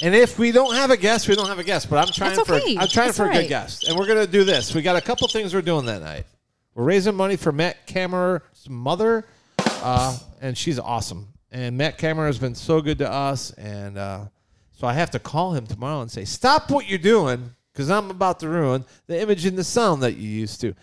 Speaker 8: And if we don't have a guest, we don't have a guest. But I'm trying
Speaker 3: That's
Speaker 8: for
Speaker 3: okay.
Speaker 8: I'm trying
Speaker 3: That's
Speaker 8: for a good
Speaker 3: alright.
Speaker 8: guest, and we're gonna do this. We got a couple things we're doing that night. We're raising money for Matt Kammerer's mother, uh, and she's awesome. And Matt Kammerer has been so good to us, and uh, so I have to call him tomorrow and say, "Stop what you're doing," because I'm about to ruin the image and the sound that you used to.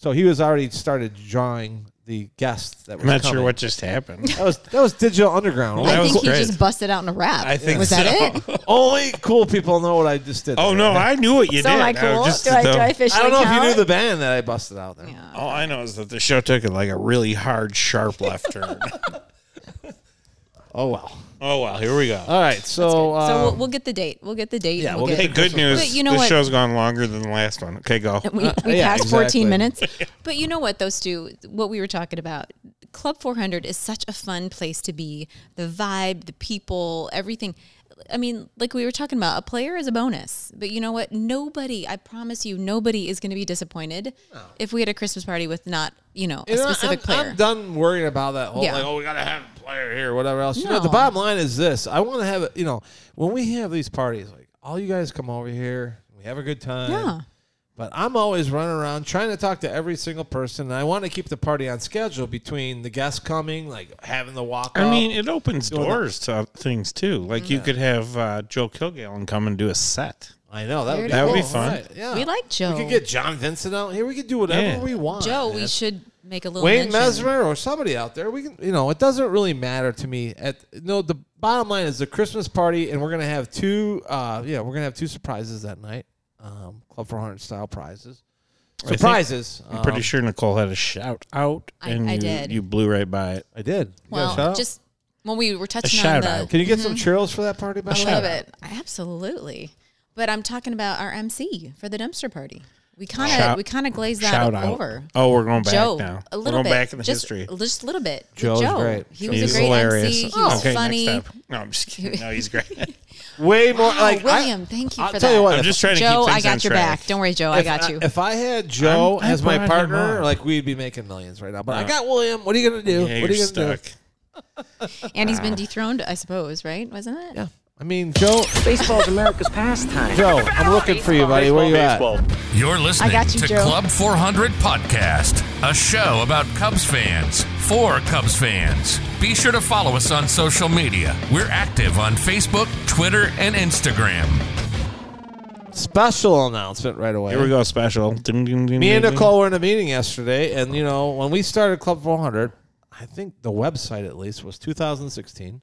Speaker 8: So he was already started drawing the guest that was
Speaker 9: I'm not
Speaker 8: coming.
Speaker 9: sure what just happened.
Speaker 8: that was. That was Digital Underground.
Speaker 3: I
Speaker 9: That was
Speaker 3: think he
Speaker 9: great.
Speaker 3: just busted out in a rap.
Speaker 9: I think
Speaker 3: was that
Speaker 9: so.
Speaker 3: it?
Speaker 8: Only cool people know what I just did.
Speaker 9: Oh
Speaker 8: there.
Speaker 9: no, I knew what you
Speaker 4: So
Speaker 9: did.
Speaker 4: am I cool?
Speaker 9: was just-
Speaker 4: do, I, do
Speaker 9: the-
Speaker 4: I officially
Speaker 8: I don't know if
Speaker 4: count?
Speaker 8: you knew the band that I busted out there.
Speaker 9: all I know is that the show took it like a really hard, sharp left turn.
Speaker 8: Oh well.
Speaker 9: oh well, here we go.
Speaker 8: All right, so uh,
Speaker 3: so we'll, we'll get the date. We'll get the date.
Speaker 8: yeah,
Speaker 3: and
Speaker 8: we'll
Speaker 3: we'll
Speaker 9: Hey,
Speaker 3: get.
Speaker 9: good news.
Speaker 3: But you know
Speaker 9: this
Speaker 3: what?
Speaker 9: show's gone longer than the last one. Okay, go.
Speaker 3: we we
Speaker 8: Uh, yeah,
Speaker 3: passed
Speaker 8: exactly.
Speaker 3: 14 minutes. But you know what, those two, what we were talking about, Club 400 is such a fun place to be. The vibe, the people, everything. I mean, like we were talking about, a player is a bonus. But you know what? Nobody, I promise you, nobody is going to be disappointed if we had a Christmas party with not, you know, a
Speaker 8: Oh. you know,
Speaker 3: specific
Speaker 8: I'm,
Speaker 3: player.
Speaker 8: I'm done worrying about that whole
Speaker 3: Yeah.
Speaker 8: like, oh, we gotta have a player here, whatever else. You know, the
Speaker 3: No.
Speaker 8: bottom line is this: I want to have you know when we have these parties, like all you guys come over here, we have a good time.
Speaker 3: Yeah.
Speaker 8: But I'm always running around trying to talk to every single person. And I want to keep the party on schedule between the guests coming, like having the walk.
Speaker 9: I mean, it opens doors to other things too. Like you could have uh, Joe Kilgallen come and do a set.
Speaker 8: I know that would be,
Speaker 9: That would be
Speaker 8: cool.
Speaker 9: fun.
Speaker 8: Right, Yeah,
Speaker 3: We like
Speaker 8: We
Speaker 3: Joe.
Speaker 8: could get John Vincent out here. We could do whatever
Speaker 9: Yeah.
Speaker 8: we want.
Speaker 3: Joe,
Speaker 8: man.
Speaker 3: we should make a little
Speaker 8: Wayne
Speaker 3: mention.
Speaker 8: Mesmer or somebody out there. We can, you know, it doesn't really matter to me. At no, the bottom line is the Christmas party, and we're gonna have two. Uh, yeah, we're gonna have two surprises that night. Um, Club 400 style prizes.
Speaker 9: think-
Speaker 8: Surprises.
Speaker 9: I'm pretty
Speaker 8: Um,
Speaker 9: sure Nicole had a shout out,
Speaker 3: I-
Speaker 9: and
Speaker 3: I
Speaker 9: you,
Speaker 3: did.
Speaker 9: you blew right by it.
Speaker 8: I did. You got a
Speaker 3: Well,
Speaker 8: shout-out?
Speaker 3: just when we were touching on
Speaker 9: shout
Speaker 3: the
Speaker 9: out.
Speaker 8: Can you get some churros for that party? By the
Speaker 3: I
Speaker 8: way?
Speaker 3: love it. Absolutely. But I'm talking about our MC for the dumpster party. We kind of
Speaker 9: Shout-
Speaker 3: we kind of glazed that
Speaker 9: Shout out.
Speaker 3: over.
Speaker 9: Oh, we're going back
Speaker 3: Joe,
Speaker 9: now.
Speaker 3: a
Speaker 9: We're
Speaker 3: little
Speaker 9: going
Speaker 3: bit,
Speaker 9: back in the
Speaker 3: just,
Speaker 9: history.
Speaker 3: just a little bit. with
Speaker 8: Joe's
Speaker 3: Joe,
Speaker 8: great.
Speaker 3: he was
Speaker 9: He's
Speaker 3: a great
Speaker 9: hilarious. Oh,
Speaker 3: MC. He was
Speaker 9: okay,
Speaker 3: funny.
Speaker 9: Next up. No, I'm just kidding. No, he's great.
Speaker 8: Way more
Speaker 3: Wow,
Speaker 8: like I-
Speaker 3: William, thank you
Speaker 8: I'll
Speaker 3: for
Speaker 8: tell
Speaker 3: that.
Speaker 8: you what.
Speaker 9: I'm
Speaker 8: if-
Speaker 9: just trying to
Speaker 3: Joe,
Speaker 9: keep
Speaker 3: I
Speaker 9: things on
Speaker 3: got your
Speaker 9: track.
Speaker 3: back. Don't worry, Joe. I got you.
Speaker 8: If I had Joe
Speaker 9: I'm- I
Speaker 8: as my
Speaker 9: brought him
Speaker 8: partner,
Speaker 9: on.
Speaker 8: like we'd be making millions right now. But I got William. What are you gonna do?
Speaker 9: Yeah,
Speaker 8: what are
Speaker 9: you're
Speaker 8: you gonna
Speaker 9: stuck.
Speaker 8: do?
Speaker 3: and he's been
Speaker 9: Ah.
Speaker 3: dethroned, I suppose, right? Wasn't it?
Speaker 8: Yeah. I mean, Joe.
Speaker 5: Baseball's America's pastime.
Speaker 8: Joe, I'm looking for you, buddy. Where you at?
Speaker 6: You're listening
Speaker 4: got you,
Speaker 6: to
Speaker 4: Joe.
Speaker 6: Club 400 Podcast, a show about Cubs fans for Cubs fans. Be sure to follow us on social media. We're active on Facebook, Twitter, and Instagram.
Speaker 8: special announcement right away.
Speaker 9: Here we go, special. Ding, ding, ding,
Speaker 8: Me and
Speaker 9: ding, ding.
Speaker 8: Nicole were in a meeting yesterday, and you know when we started Club 400, I think the website at least was 2016.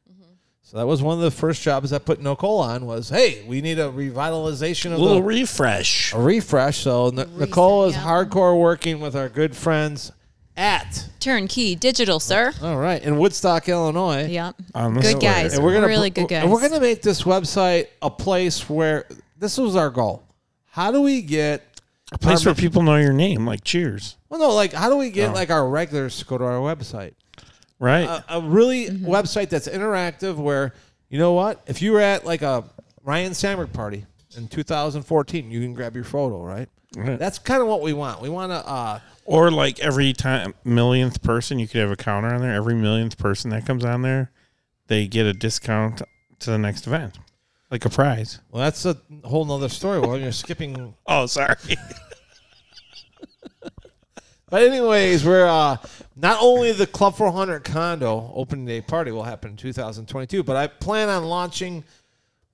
Speaker 8: So that was one of the first jobs I put Nicole on was, hey, we need a revitalization of
Speaker 9: A little
Speaker 8: the
Speaker 9: refresh.
Speaker 8: a refresh. So N- Nicole is hardcore working with our good friends at
Speaker 3: Turnkey digital, sir.
Speaker 8: all right in Woodstock, Illinois.
Speaker 3: Yep.
Speaker 9: On the
Speaker 3: Good
Speaker 9: square.
Speaker 3: guys.
Speaker 8: and we're gonna
Speaker 3: really good
Speaker 8: we're-
Speaker 3: guys.
Speaker 8: And we're gonna make this website a place where this was our goal. How do we get
Speaker 9: A place where people know your name, like Cheers.
Speaker 8: Well, no, like how do we get like our regulars to go to our website?
Speaker 9: Right?
Speaker 8: A, a really website that's interactive, where you know what? If you were at like a Ryan Samberg party in 2014, you can grab your photo, right?
Speaker 9: Right.
Speaker 8: That's kind of what we want. We want to. Uh,
Speaker 9: Or like every time millionth person, you could have a counter on there. Every millionth person that comes on there, they get a discount to the next event, like a prize.
Speaker 8: well, that's a whole nother story. Well, you're skipping.
Speaker 9: Oh, sorry.
Speaker 8: But anyways, we're uh, not only the Club 400 condo opening day party will happen in 2022, but I plan on launching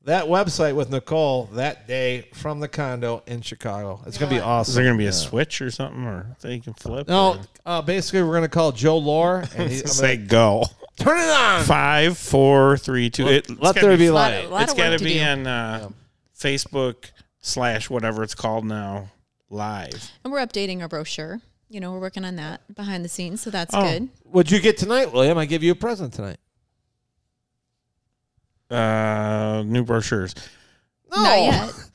Speaker 8: that website with Nicole that day from the condo in Chicago. It's gonna be awesome.
Speaker 9: Is there going to be a switch or something, or that you can flip?
Speaker 8: No,
Speaker 9: or-
Speaker 8: uh, basically we're gonna call Joe Lore and he, I'm
Speaker 9: say go.
Speaker 8: gonna- turn it on.
Speaker 9: Five, four, three, two. It, it's
Speaker 8: Let
Speaker 9: gotta
Speaker 8: there be
Speaker 3: Lot
Speaker 8: light.
Speaker 3: of- lot
Speaker 9: it's
Speaker 3: of work
Speaker 9: got
Speaker 3: to
Speaker 9: to be
Speaker 3: do.
Speaker 9: on uh, Facebook slash whatever it's called now, live.
Speaker 3: And we're updating our brochure. You know, we're working on that behind the scenes, so that's
Speaker 9: Oh.
Speaker 3: good.
Speaker 8: What'd you get tonight, William? I give you a present tonight.
Speaker 9: Uh, new brochures.
Speaker 8: No,
Speaker 3: Not yet.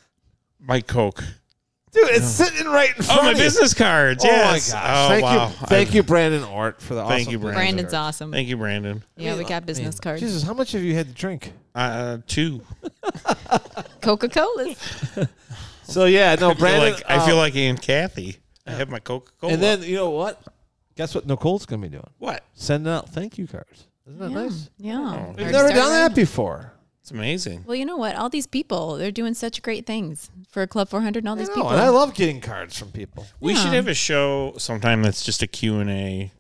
Speaker 9: My Coke.
Speaker 8: dude, it's sitting right in front
Speaker 9: Oh, my
Speaker 8: of you.
Speaker 9: business cards.
Speaker 8: Oh
Speaker 9: yes.
Speaker 8: my gosh! thank
Speaker 9: wow.
Speaker 8: you, thank
Speaker 9: I-
Speaker 8: you, Brandon Ort, for the
Speaker 9: Thank
Speaker 8: awesome
Speaker 9: you, Brandon.
Speaker 3: Brandon's awesome.
Speaker 9: Thank you, Brandon.
Speaker 3: yeah, we got business cards.
Speaker 8: Jesus, how much have you had to drink?
Speaker 9: Uh, two.
Speaker 3: Coca Cola.
Speaker 8: So yeah, no,
Speaker 9: I feel
Speaker 8: Brandon.
Speaker 9: like I feel
Speaker 8: uh,
Speaker 9: like Aunt Kathy. I have my Coca Cola.
Speaker 8: and then you know what? Guess what? Nicole's gonna be doing
Speaker 9: what?
Speaker 8: sending out thank you cards. Isn't that nice?
Speaker 3: Yeah, Already
Speaker 8: We've never
Speaker 3: started.
Speaker 8: done that before.
Speaker 9: It's amazing.
Speaker 3: Well, you know what? All these people, they're doing such great things for Club 400 and all these
Speaker 8: I know,
Speaker 3: people.
Speaker 8: and I love getting cards from people.
Speaker 9: We should
Speaker 3: Yeah.
Speaker 9: have a show sometime that's just a Q and A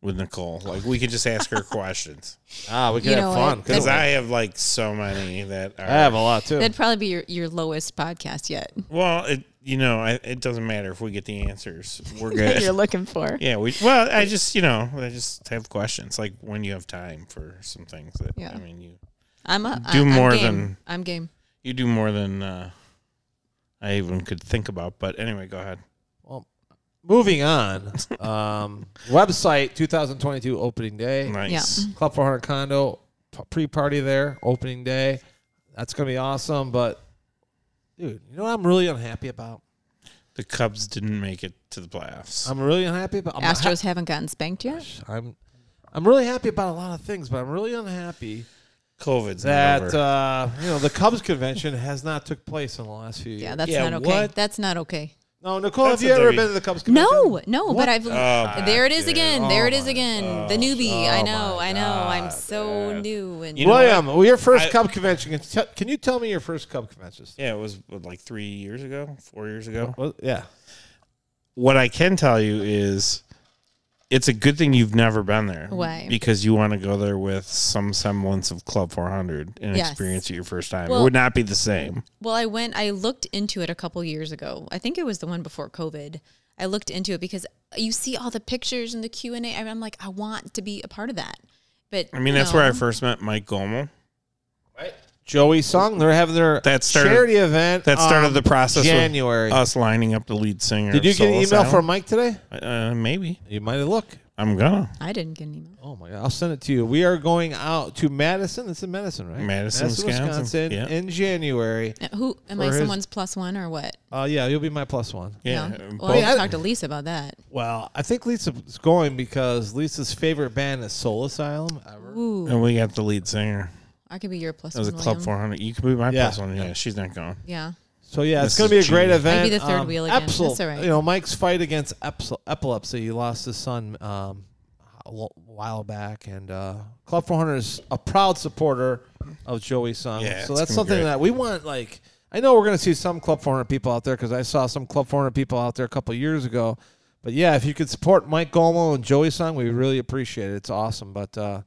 Speaker 9: with Nicole. Like we could just ask her questions
Speaker 8: Ah, we could
Speaker 3: You
Speaker 8: have
Speaker 3: know
Speaker 8: fun.
Speaker 3: what?
Speaker 8: couldn't
Speaker 9: because
Speaker 8: we?
Speaker 9: I have like so many that are.
Speaker 8: I have a lot too.
Speaker 3: That'd probably be your, your lowest podcast yet.
Speaker 9: Well, it, you know, I, it doesn't matter if we get the answers. We're
Speaker 3: That you're
Speaker 9: good.
Speaker 3: looking for.
Speaker 9: yeah, we. Well, I just you know, I just have questions like when you have time for some things that
Speaker 3: Yeah.
Speaker 9: I mean you
Speaker 3: I'm up.
Speaker 9: Do
Speaker 3: I'm,
Speaker 9: more
Speaker 3: I'm game.
Speaker 9: than-
Speaker 3: I'm game.
Speaker 9: you do more than uh, I even could think about. But anyway, go ahead.
Speaker 8: Moving on. Um, website 2022 opening day.
Speaker 9: Nice.
Speaker 3: Mm-hmm.
Speaker 8: Club 400 condo p- pre-party there opening day. That's gonna be awesome. But dude, you know what I'm really unhappy about?
Speaker 9: The Cubs didn't make it to the playoffs.
Speaker 8: I'm really unhappy about I'm
Speaker 3: Astros haven't gotten spanked yet.
Speaker 8: I'm I'm really happy about a lot of things, but I'm really unhappy
Speaker 9: COVID's not
Speaker 8: that
Speaker 9: over.
Speaker 8: uh, you know the Cubs convention has not took place in the last few years.
Speaker 3: Yeah, that's
Speaker 9: Yeah,
Speaker 3: not okay.
Speaker 9: what?
Speaker 3: That's not okay.
Speaker 8: no, Nicole,
Speaker 9: That's
Speaker 8: have you
Speaker 9: a
Speaker 8: ever
Speaker 9: W.
Speaker 8: been to the Cubs convention?
Speaker 3: No, no,
Speaker 8: What?
Speaker 3: but I've.
Speaker 9: Oh,
Speaker 3: there it is again.
Speaker 8: dude.
Speaker 3: there it
Speaker 8: Oh
Speaker 3: is
Speaker 8: my
Speaker 3: again. the newbie. I
Speaker 8: oh
Speaker 3: know.
Speaker 8: my
Speaker 3: I know. I'm
Speaker 8: God,
Speaker 3: so
Speaker 9: dude.
Speaker 3: new. And
Speaker 9: You know
Speaker 8: William, well, your first
Speaker 9: I-
Speaker 8: Cub convention. Can, t- can you tell me your first Cub convention?
Speaker 9: yeah, it was what, like three years ago, four years ago.
Speaker 8: Well, yeah.
Speaker 9: What I can tell you is, it's a good thing you've never been there.
Speaker 3: Why?
Speaker 9: Because you want to go there with some semblance of Club 400 and
Speaker 3: Yes.
Speaker 9: experience it your first time. it
Speaker 3: Well-
Speaker 9: would not be the same.
Speaker 3: Well, I went, I looked into it a couple years ago. I think it was the one before COVID. I looked into it because you see all the pictures and the Q and A. I'm like, I want to be a part of that. But
Speaker 9: I mean, that's where I
Speaker 3: no.
Speaker 9: first met Mike Gomel.
Speaker 8: Joey Song, they're having their
Speaker 9: That started-
Speaker 8: charity event.
Speaker 9: That started
Speaker 8: on
Speaker 9: the process
Speaker 8: Um, January.
Speaker 9: of us lining up the lead singer.
Speaker 8: Did you
Speaker 9: of
Speaker 8: get an
Speaker 9: Soul
Speaker 8: email
Speaker 9: Asylum.
Speaker 8: from Mike today?
Speaker 9: Uh, maybe.
Speaker 8: You might have looked.
Speaker 9: I'm gonna.
Speaker 3: I didn't get an email.
Speaker 8: Oh my God! I'll send it to you. We are going out to Madison. It's in Madison, right?
Speaker 9: Madison, Wisconsin. Yeah.
Speaker 8: in January.
Speaker 3: Uh, Who am
Speaker 8: For
Speaker 3: I?
Speaker 8: his-
Speaker 3: Someone's plus one or what?
Speaker 8: Uh, yeah, you'll be my plus one.
Speaker 9: Yeah. uh,
Speaker 3: No?
Speaker 9: both-
Speaker 3: Well, I
Speaker 8: I-
Speaker 3: talked to Lisa about that.
Speaker 8: Well, I think Lisa's going because Lisa's favorite band is Soul Asylum. Ever.
Speaker 3: Ooh,
Speaker 9: and we got the lead singer.
Speaker 3: I could be your plus
Speaker 9: That was a
Speaker 3: one.
Speaker 9: Club
Speaker 3: William.
Speaker 9: 400. You could be my
Speaker 8: Yeah.
Speaker 9: plus one. Yeah, she's not going.
Speaker 3: Yeah.
Speaker 8: So yeah,
Speaker 9: This
Speaker 8: it's going to be a
Speaker 9: is
Speaker 8: great
Speaker 9: genius.
Speaker 8: event. Um,
Speaker 3: I'd be the third wheel again.
Speaker 8: Epsil-
Speaker 3: That's all right.
Speaker 8: You know, Mike's fight against eps- epilepsy. He lost his son um, a lo- while back, and uh, Club 400 is a proud supporter of Joey Sung.
Speaker 9: Yeah,
Speaker 8: so
Speaker 9: it's
Speaker 8: that's
Speaker 9: gonna be
Speaker 8: something
Speaker 9: great.
Speaker 8: that we want. Like, I know we're going to see some Club 400 people out there because I saw some Club 400 people out there a couple years ago. But yeah, if you could support Mike Gomo and Joey Sung, we really appreciate it. It's awesome. But uh,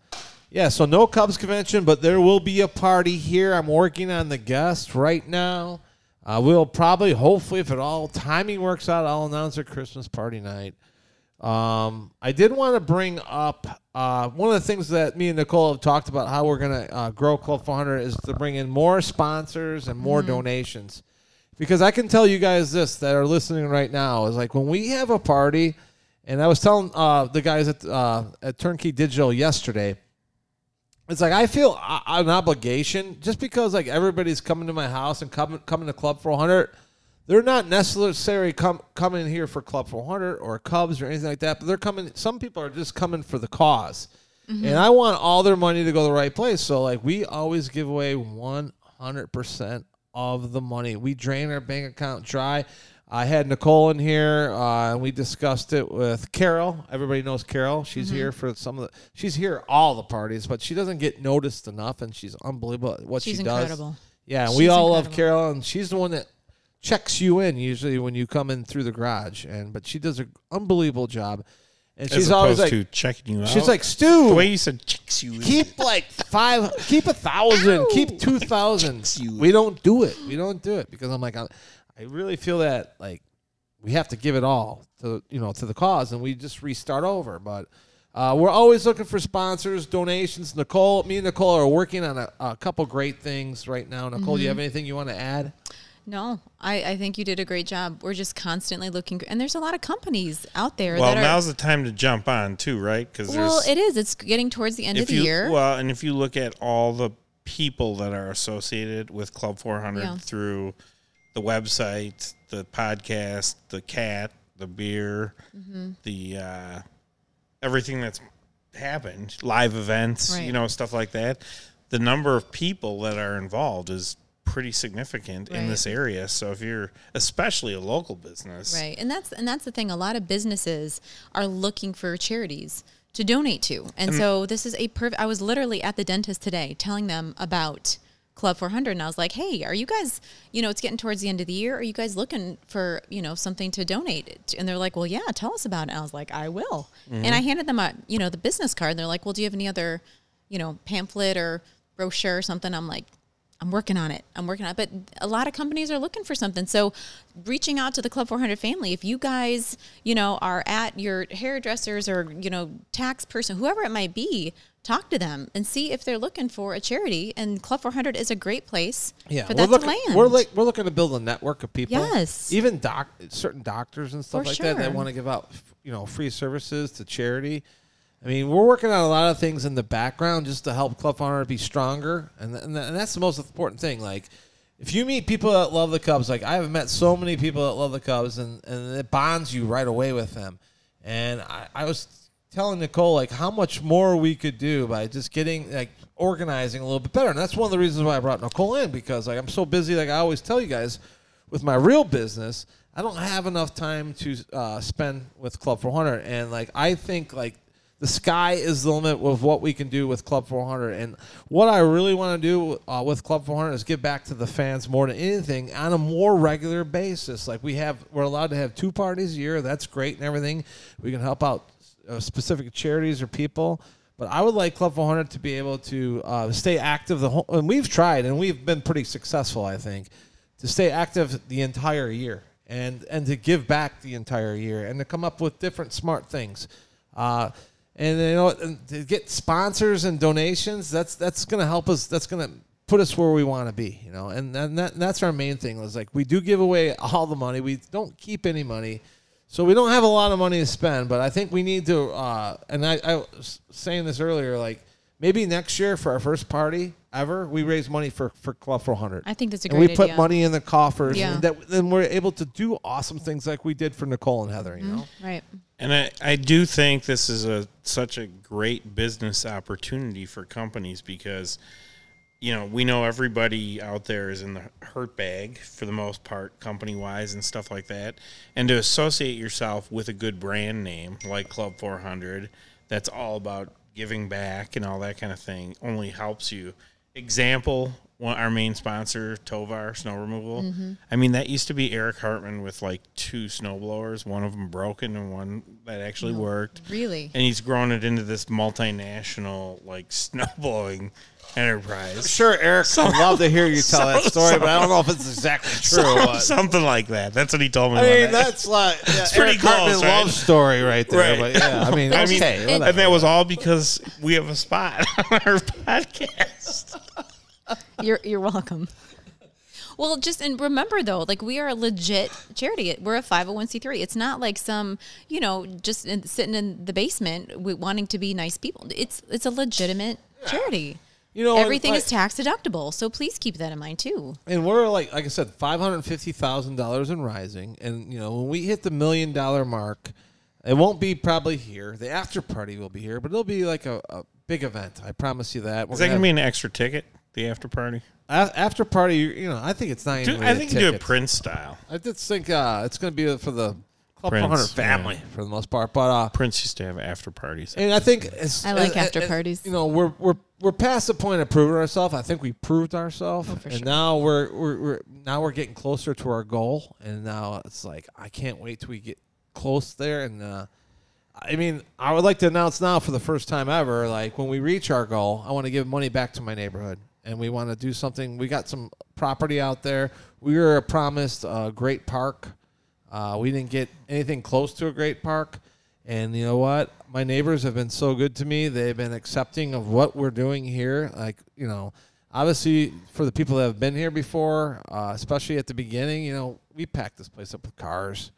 Speaker 8: yeah, so no Cubs convention, but there will be a party here. I'm working on the guest right now. Uh, we'll probably, hopefully, if it all timing works out, I'll announce a Christmas party night. Um, I did want to bring up uh, one of the things that me and Nicole have talked about how we're going to uh, grow Club 400 is to bring in more sponsors and more donations. Because I can tell you guys this that are listening right now is like when we have a party, and I was telling uh, the guys at, uh, at Turnkey Digital yesterday, it's like I feel a- an obligation just because like everybody's coming to my house and coming coming to Club 400. They're not necessarily come coming here for Club 400 or Cubs or anything like that, but they're coming. Some people are just coming for the cause, and I want all their money to go to the right place. So like we always give away 100 percent of the money. We drain our bank account dry. I had Nicole in here, uh, and we discussed it with Carol. Everybody knows Carol. She's
Speaker 3: Mm-hmm.
Speaker 8: here for some of the. She's here at all the parties, but she doesn't get noticed enough, and she's unbelievable at what
Speaker 3: She's
Speaker 8: she does.
Speaker 3: incredible.
Speaker 8: Yeah, and we
Speaker 3: She's
Speaker 8: all love
Speaker 3: incredible.
Speaker 8: Carol, and she's the one that checks you in usually when you come in through the garage. And but she does an unbelievable job. and
Speaker 9: As
Speaker 8: she's always
Speaker 9: opposed
Speaker 8: like,
Speaker 9: to checking you out.
Speaker 8: she's like, Stu,
Speaker 9: the way you said checks you.
Speaker 8: keep like five, keep a thousand, keep two thousand. We don't do it. We don't do it because I'm like, I, I really feel that like we have to give it all to you know to the cause, and we just restart over. But uh, we're always looking for sponsors, donations. Nicole, me and Nicole are working on a, a couple great things right now. Nicole, do
Speaker 3: Mm-hmm.
Speaker 8: you have anything you want to add?
Speaker 3: No, I, I think you did a great job. We're just constantly looking, and there's a lot of companies out there
Speaker 9: well,
Speaker 3: that are.
Speaker 9: now's the time to jump on too, right? Because
Speaker 3: well, it is. It's getting towards the end of
Speaker 9: if
Speaker 3: the
Speaker 9: you
Speaker 3: year.
Speaker 9: well, and if you look at all the people that are associated with Club 400
Speaker 3: Yeah.
Speaker 9: through the website, the podcast, the cat, the beer,
Speaker 3: Mm-hmm.
Speaker 9: the uh, everything that's happened, live events, you
Speaker 3: Right.
Speaker 9: know, stuff like that. The number of people that are involved is pretty significant in
Speaker 3: Right.
Speaker 9: this area. So if you're especially a local business,
Speaker 3: Right. And that's and that's the thing. A lot of businesses are looking for charities to donate to. And so this is a perfect I was literally at the dentist today telling them about Club 400 and I was like, "Hey, are you guys, you know, it's getting towards the end of the year. Are you guys looking for, you know, something to donate?" And they're like, "Well, yeah, tell us about it." And I was like, "I will." And I handed them a, you know, the business card. And they're like, "Well, do you have any other, you know, pamphlet or brochure or something?" I'm like, I'm working on it. I'm working on it. But a lot of companies are looking for something. So reaching out to the Club 400 family, if you guys, you know, are at your hairdressers or, you know, tax person, whoever it might be, talk to them and see if they're looking for a charity. And Club 400 is a great place
Speaker 8: Yeah,
Speaker 3: for
Speaker 8: we're
Speaker 3: that
Speaker 8: looking,
Speaker 3: to land.
Speaker 8: We're like we're looking to build a network of people.
Speaker 3: Yes.
Speaker 8: even doc, certain doctors and stuff
Speaker 3: For
Speaker 8: like that that
Speaker 3: sure.
Speaker 8: want to give out you know free services to charity. I mean, we're working on a lot of things in the background just to help Club Honor be stronger, and th- and, th- and that's the most important thing. Like, if you meet people that love the Cubs, like I have met so many people that love the Cubs, and and it bonds you right away with them. And I, I was telling Nicole like how much more we could do by just getting like organizing a little bit better. And that's one of the reasons why I brought Nicole in because like I'm so busy. Like I always tell you guys, with my real business, I don't have enough time to uh, spend with Club 400. And like I think like the sky is the limit with what we can do with Club 400. And what I really want to do uh, with Club 400 is give back to the fans more than anything on a more regular basis. Like we have, we're allowed to have two parties a year. That's great and everything. We can help out uh, specific charities or people. But I would like Club 400 to be able to uh, stay active the whole. And we've tried, and we've been pretty successful, I think, to stay active the entire year and and to give back the entire year and to come up with different smart things. Uh, and you know and to get sponsors and donations that's that's going to help us that's going to put us where we want to be you know and, and that, that's our main thing is like we do give away all the money we don't keep any money so we don't have a lot of money to spend but i think we need to uh, and I, I was saying this earlier like maybe next year for our first party ever we raise money for, for club 400
Speaker 3: I think that's a
Speaker 8: and we
Speaker 3: great
Speaker 8: put
Speaker 3: idea.
Speaker 8: money in the coffers
Speaker 3: Yeah.
Speaker 8: and that then we're able to do awesome things like we did for nicole and heather
Speaker 9: Mm-hmm.
Speaker 8: you know
Speaker 3: right.
Speaker 9: And I, I do think this is a such a great business opportunity for companies because you know, we know everybody out there is in the hurt bag for the most part, company wise and stuff like that. And to associate yourself with a good brand name like Club 400, that's all about giving back and all that kind of thing, only helps you. Example, one, our main sponsor, Tovar Snow Removal. I mean, that used to be Eric Hartman with like two snow blowers, one of them broken and one that actually worked
Speaker 3: Really.
Speaker 9: and he's grown it into this multinational like snowblowing enterprise.
Speaker 8: Sure, Eric. I'd love to hear you tell that story, but I don't know if it's exactly true. or what.
Speaker 9: Something like that. That's what he told me.
Speaker 8: I
Speaker 9: one
Speaker 8: mean,
Speaker 9: night.
Speaker 8: that's like yeah,
Speaker 9: It's pretty
Speaker 8: Eric Cartman
Speaker 9: close, right?
Speaker 8: love story right there.
Speaker 9: Right.
Speaker 8: But yeah, I mean,
Speaker 9: I mean,
Speaker 8: okay, whatever.
Speaker 9: and that was all because we have a spot on our podcast.
Speaker 3: You're you're welcome. Well, just and remember though, like we are a legit charity. We're a five hundred one c three. It's not like some you know just in, sitting in the basement wi- wanting to be nice people. It's it's a legitimate charity.
Speaker 8: You know, and
Speaker 3: everything
Speaker 8: like-
Speaker 3: is tax deductible, so please keep that in mind too.
Speaker 8: and we're like, like I said, five hundred fifty thousand dollars in rising, and you know, when we hit the million dollar mark, it won't be probably here. The after party will be here, but it'll be like a, a big event. I promise you that. We're
Speaker 9: Is that
Speaker 8: have-
Speaker 9: gonna be an extra ticket? The after party?
Speaker 8: a- after party? You you know, I think it's not.
Speaker 9: Do,
Speaker 8: even
Speaker 9: I
Speaker 8: really
Speaker 9: think
Speaker 8: a
Speaker 9: you do it
Speaker 8: ticket.
Speaker 9: Prince style.
Speaker 8: I just think uh, it's going to be for the Club
Speaker 9: Prince,
Speaker 8: 400 family
Speaker 9: yeah.
Speaker 8: for the most part, but uh,
Speaker 9: Prince used to have after parties.
Speaker 8: And I think it's,
Speaker 3: I like
Speaker 8: and-
Speaker 3: after
Speaker 8: and-
Speaker 3: parties.
Speaker 8: You know, we're we're we're past the point of proving ourselves. I think we proved ourselves,
Speaker 3: Oh,
Speaker 8: and now we're, we're we're now we're getting closer to our goal. And now it's like I can't wait till we get close there. And uh, I mean, I would like to announce now for the first time ever, like when we reach our goal, I want to give money back to my neighborhood, and we want to do something. We got some property out there. We were promised a great park. Uh, we didn't get anything close to a great park, and you know what? My neighbors have been so good to me. They've been accepting of what we're doing here. Like you know, obviously for the people that have been here before, uh, especially at the beginning, you know, we packed this place up with cars.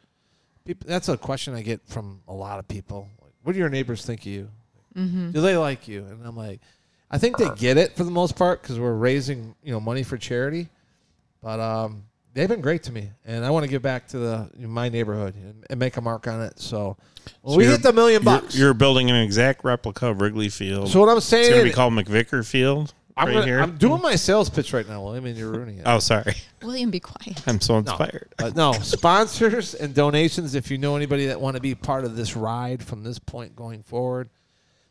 Speaker 8: People, that's a question I get from a lot of people. Like, what do your neighbors think of you? Do they like you? And I'm like, I think they get it for the most part because we're raising you know money for charity. But um, they've been great to me, and I want to give back to the my neighborhood and, and make a mark on it. So when we
Speaker 9: You're-
Speaker 8: hit the million
Speaker 9: you're-
Speaker 8: bucks.
Speaker 9: You're, building an exact replica of Wrigley Field.
Speaker 8: so what I'm
Speaker 9: it's going to be
Speaker 8: saying,
Speaker 9: called McVicker Field
Speaker 8: I'm,
Speaker 9: right
Speaker 8: gonna-
Speaker 9: here.
Speaker 8: I'm doing my sales pitch right now, William, and you're ruining it.
Speaker 9: oh, sorry.
Speaker 3: William, be quiet.
Speaker 9: I'm so inspired.
Speaker 8: Uh, no, sponsors and donations. If you know anybody that want to be part of this ride from this point going forward,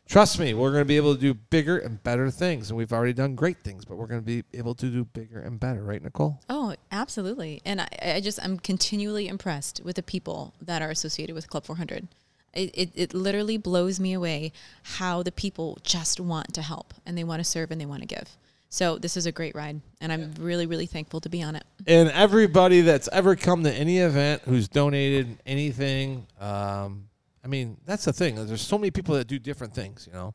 Speaker 8: trust me, we're going to be able to do bigger and better things. And we've already done great things, but we're going to be able to do bigger and better, right, Nicole?
Speaker 3: Oh, absolutely. And I, I just, I'm continually impressed with the people that are associated with Club 400. It, it, it literally blows me away how the people just want to help and they want to serve and they want to give. So this is a great ride. And I'm really, really thankful to be on it.
Speaker 8: And everybody that's ever come to any event who's donated anything, um, I mean, that's the thing. There's so many people that do different things, you know,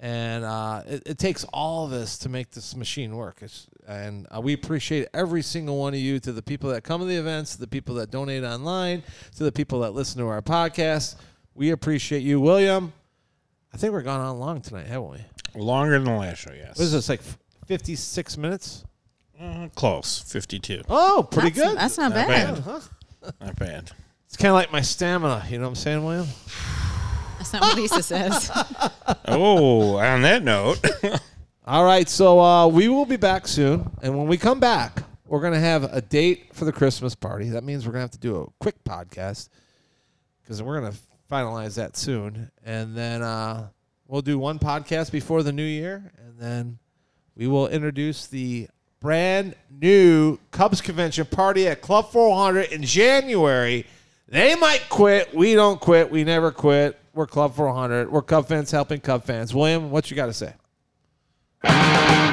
Speaker 8: and uh, it, it takes all of us to make this machine work. It's, and uh, we appreciate every single one of you, to the people that come to the events, to the people that donate online, to the people that listen to our podcast. We appreciate you, William. I think we're gone on long tonight, haven't we?
Speaker 9: Longer than the last show, yes.
Speaker 8: What is this like, 56 minutes?
Speaker 9: Uh, close. 52.
Speaker 8: Oh, pretty
Speaker 3: That's-
Speaker 8: good.
Speaker 3: That's not
Speaker 9: Not
Speaker 3: bad.
Speaker 9: bad. Not bad.
Speaker 8: It's kind of like my stamina. You know what I'm saying, William?
Speaker 3: That's not what Lisa says.
Speaker 9: Oh, on that note,
Speaker 8: All right. So uh, we will be back soon. And when we come back, we're going to have a date for the Christmas party. That means we're going to have to do a quick podcast because we're going to finalize that soon. And then uh, we'll do one podcast before the new year. And then we will introduce the brand new Cubs convention party at Club 400 in January. They might quit. We don't quit. We never quit. We're Club 400. We're Cub fans helping Cub fans. William, what you got to say?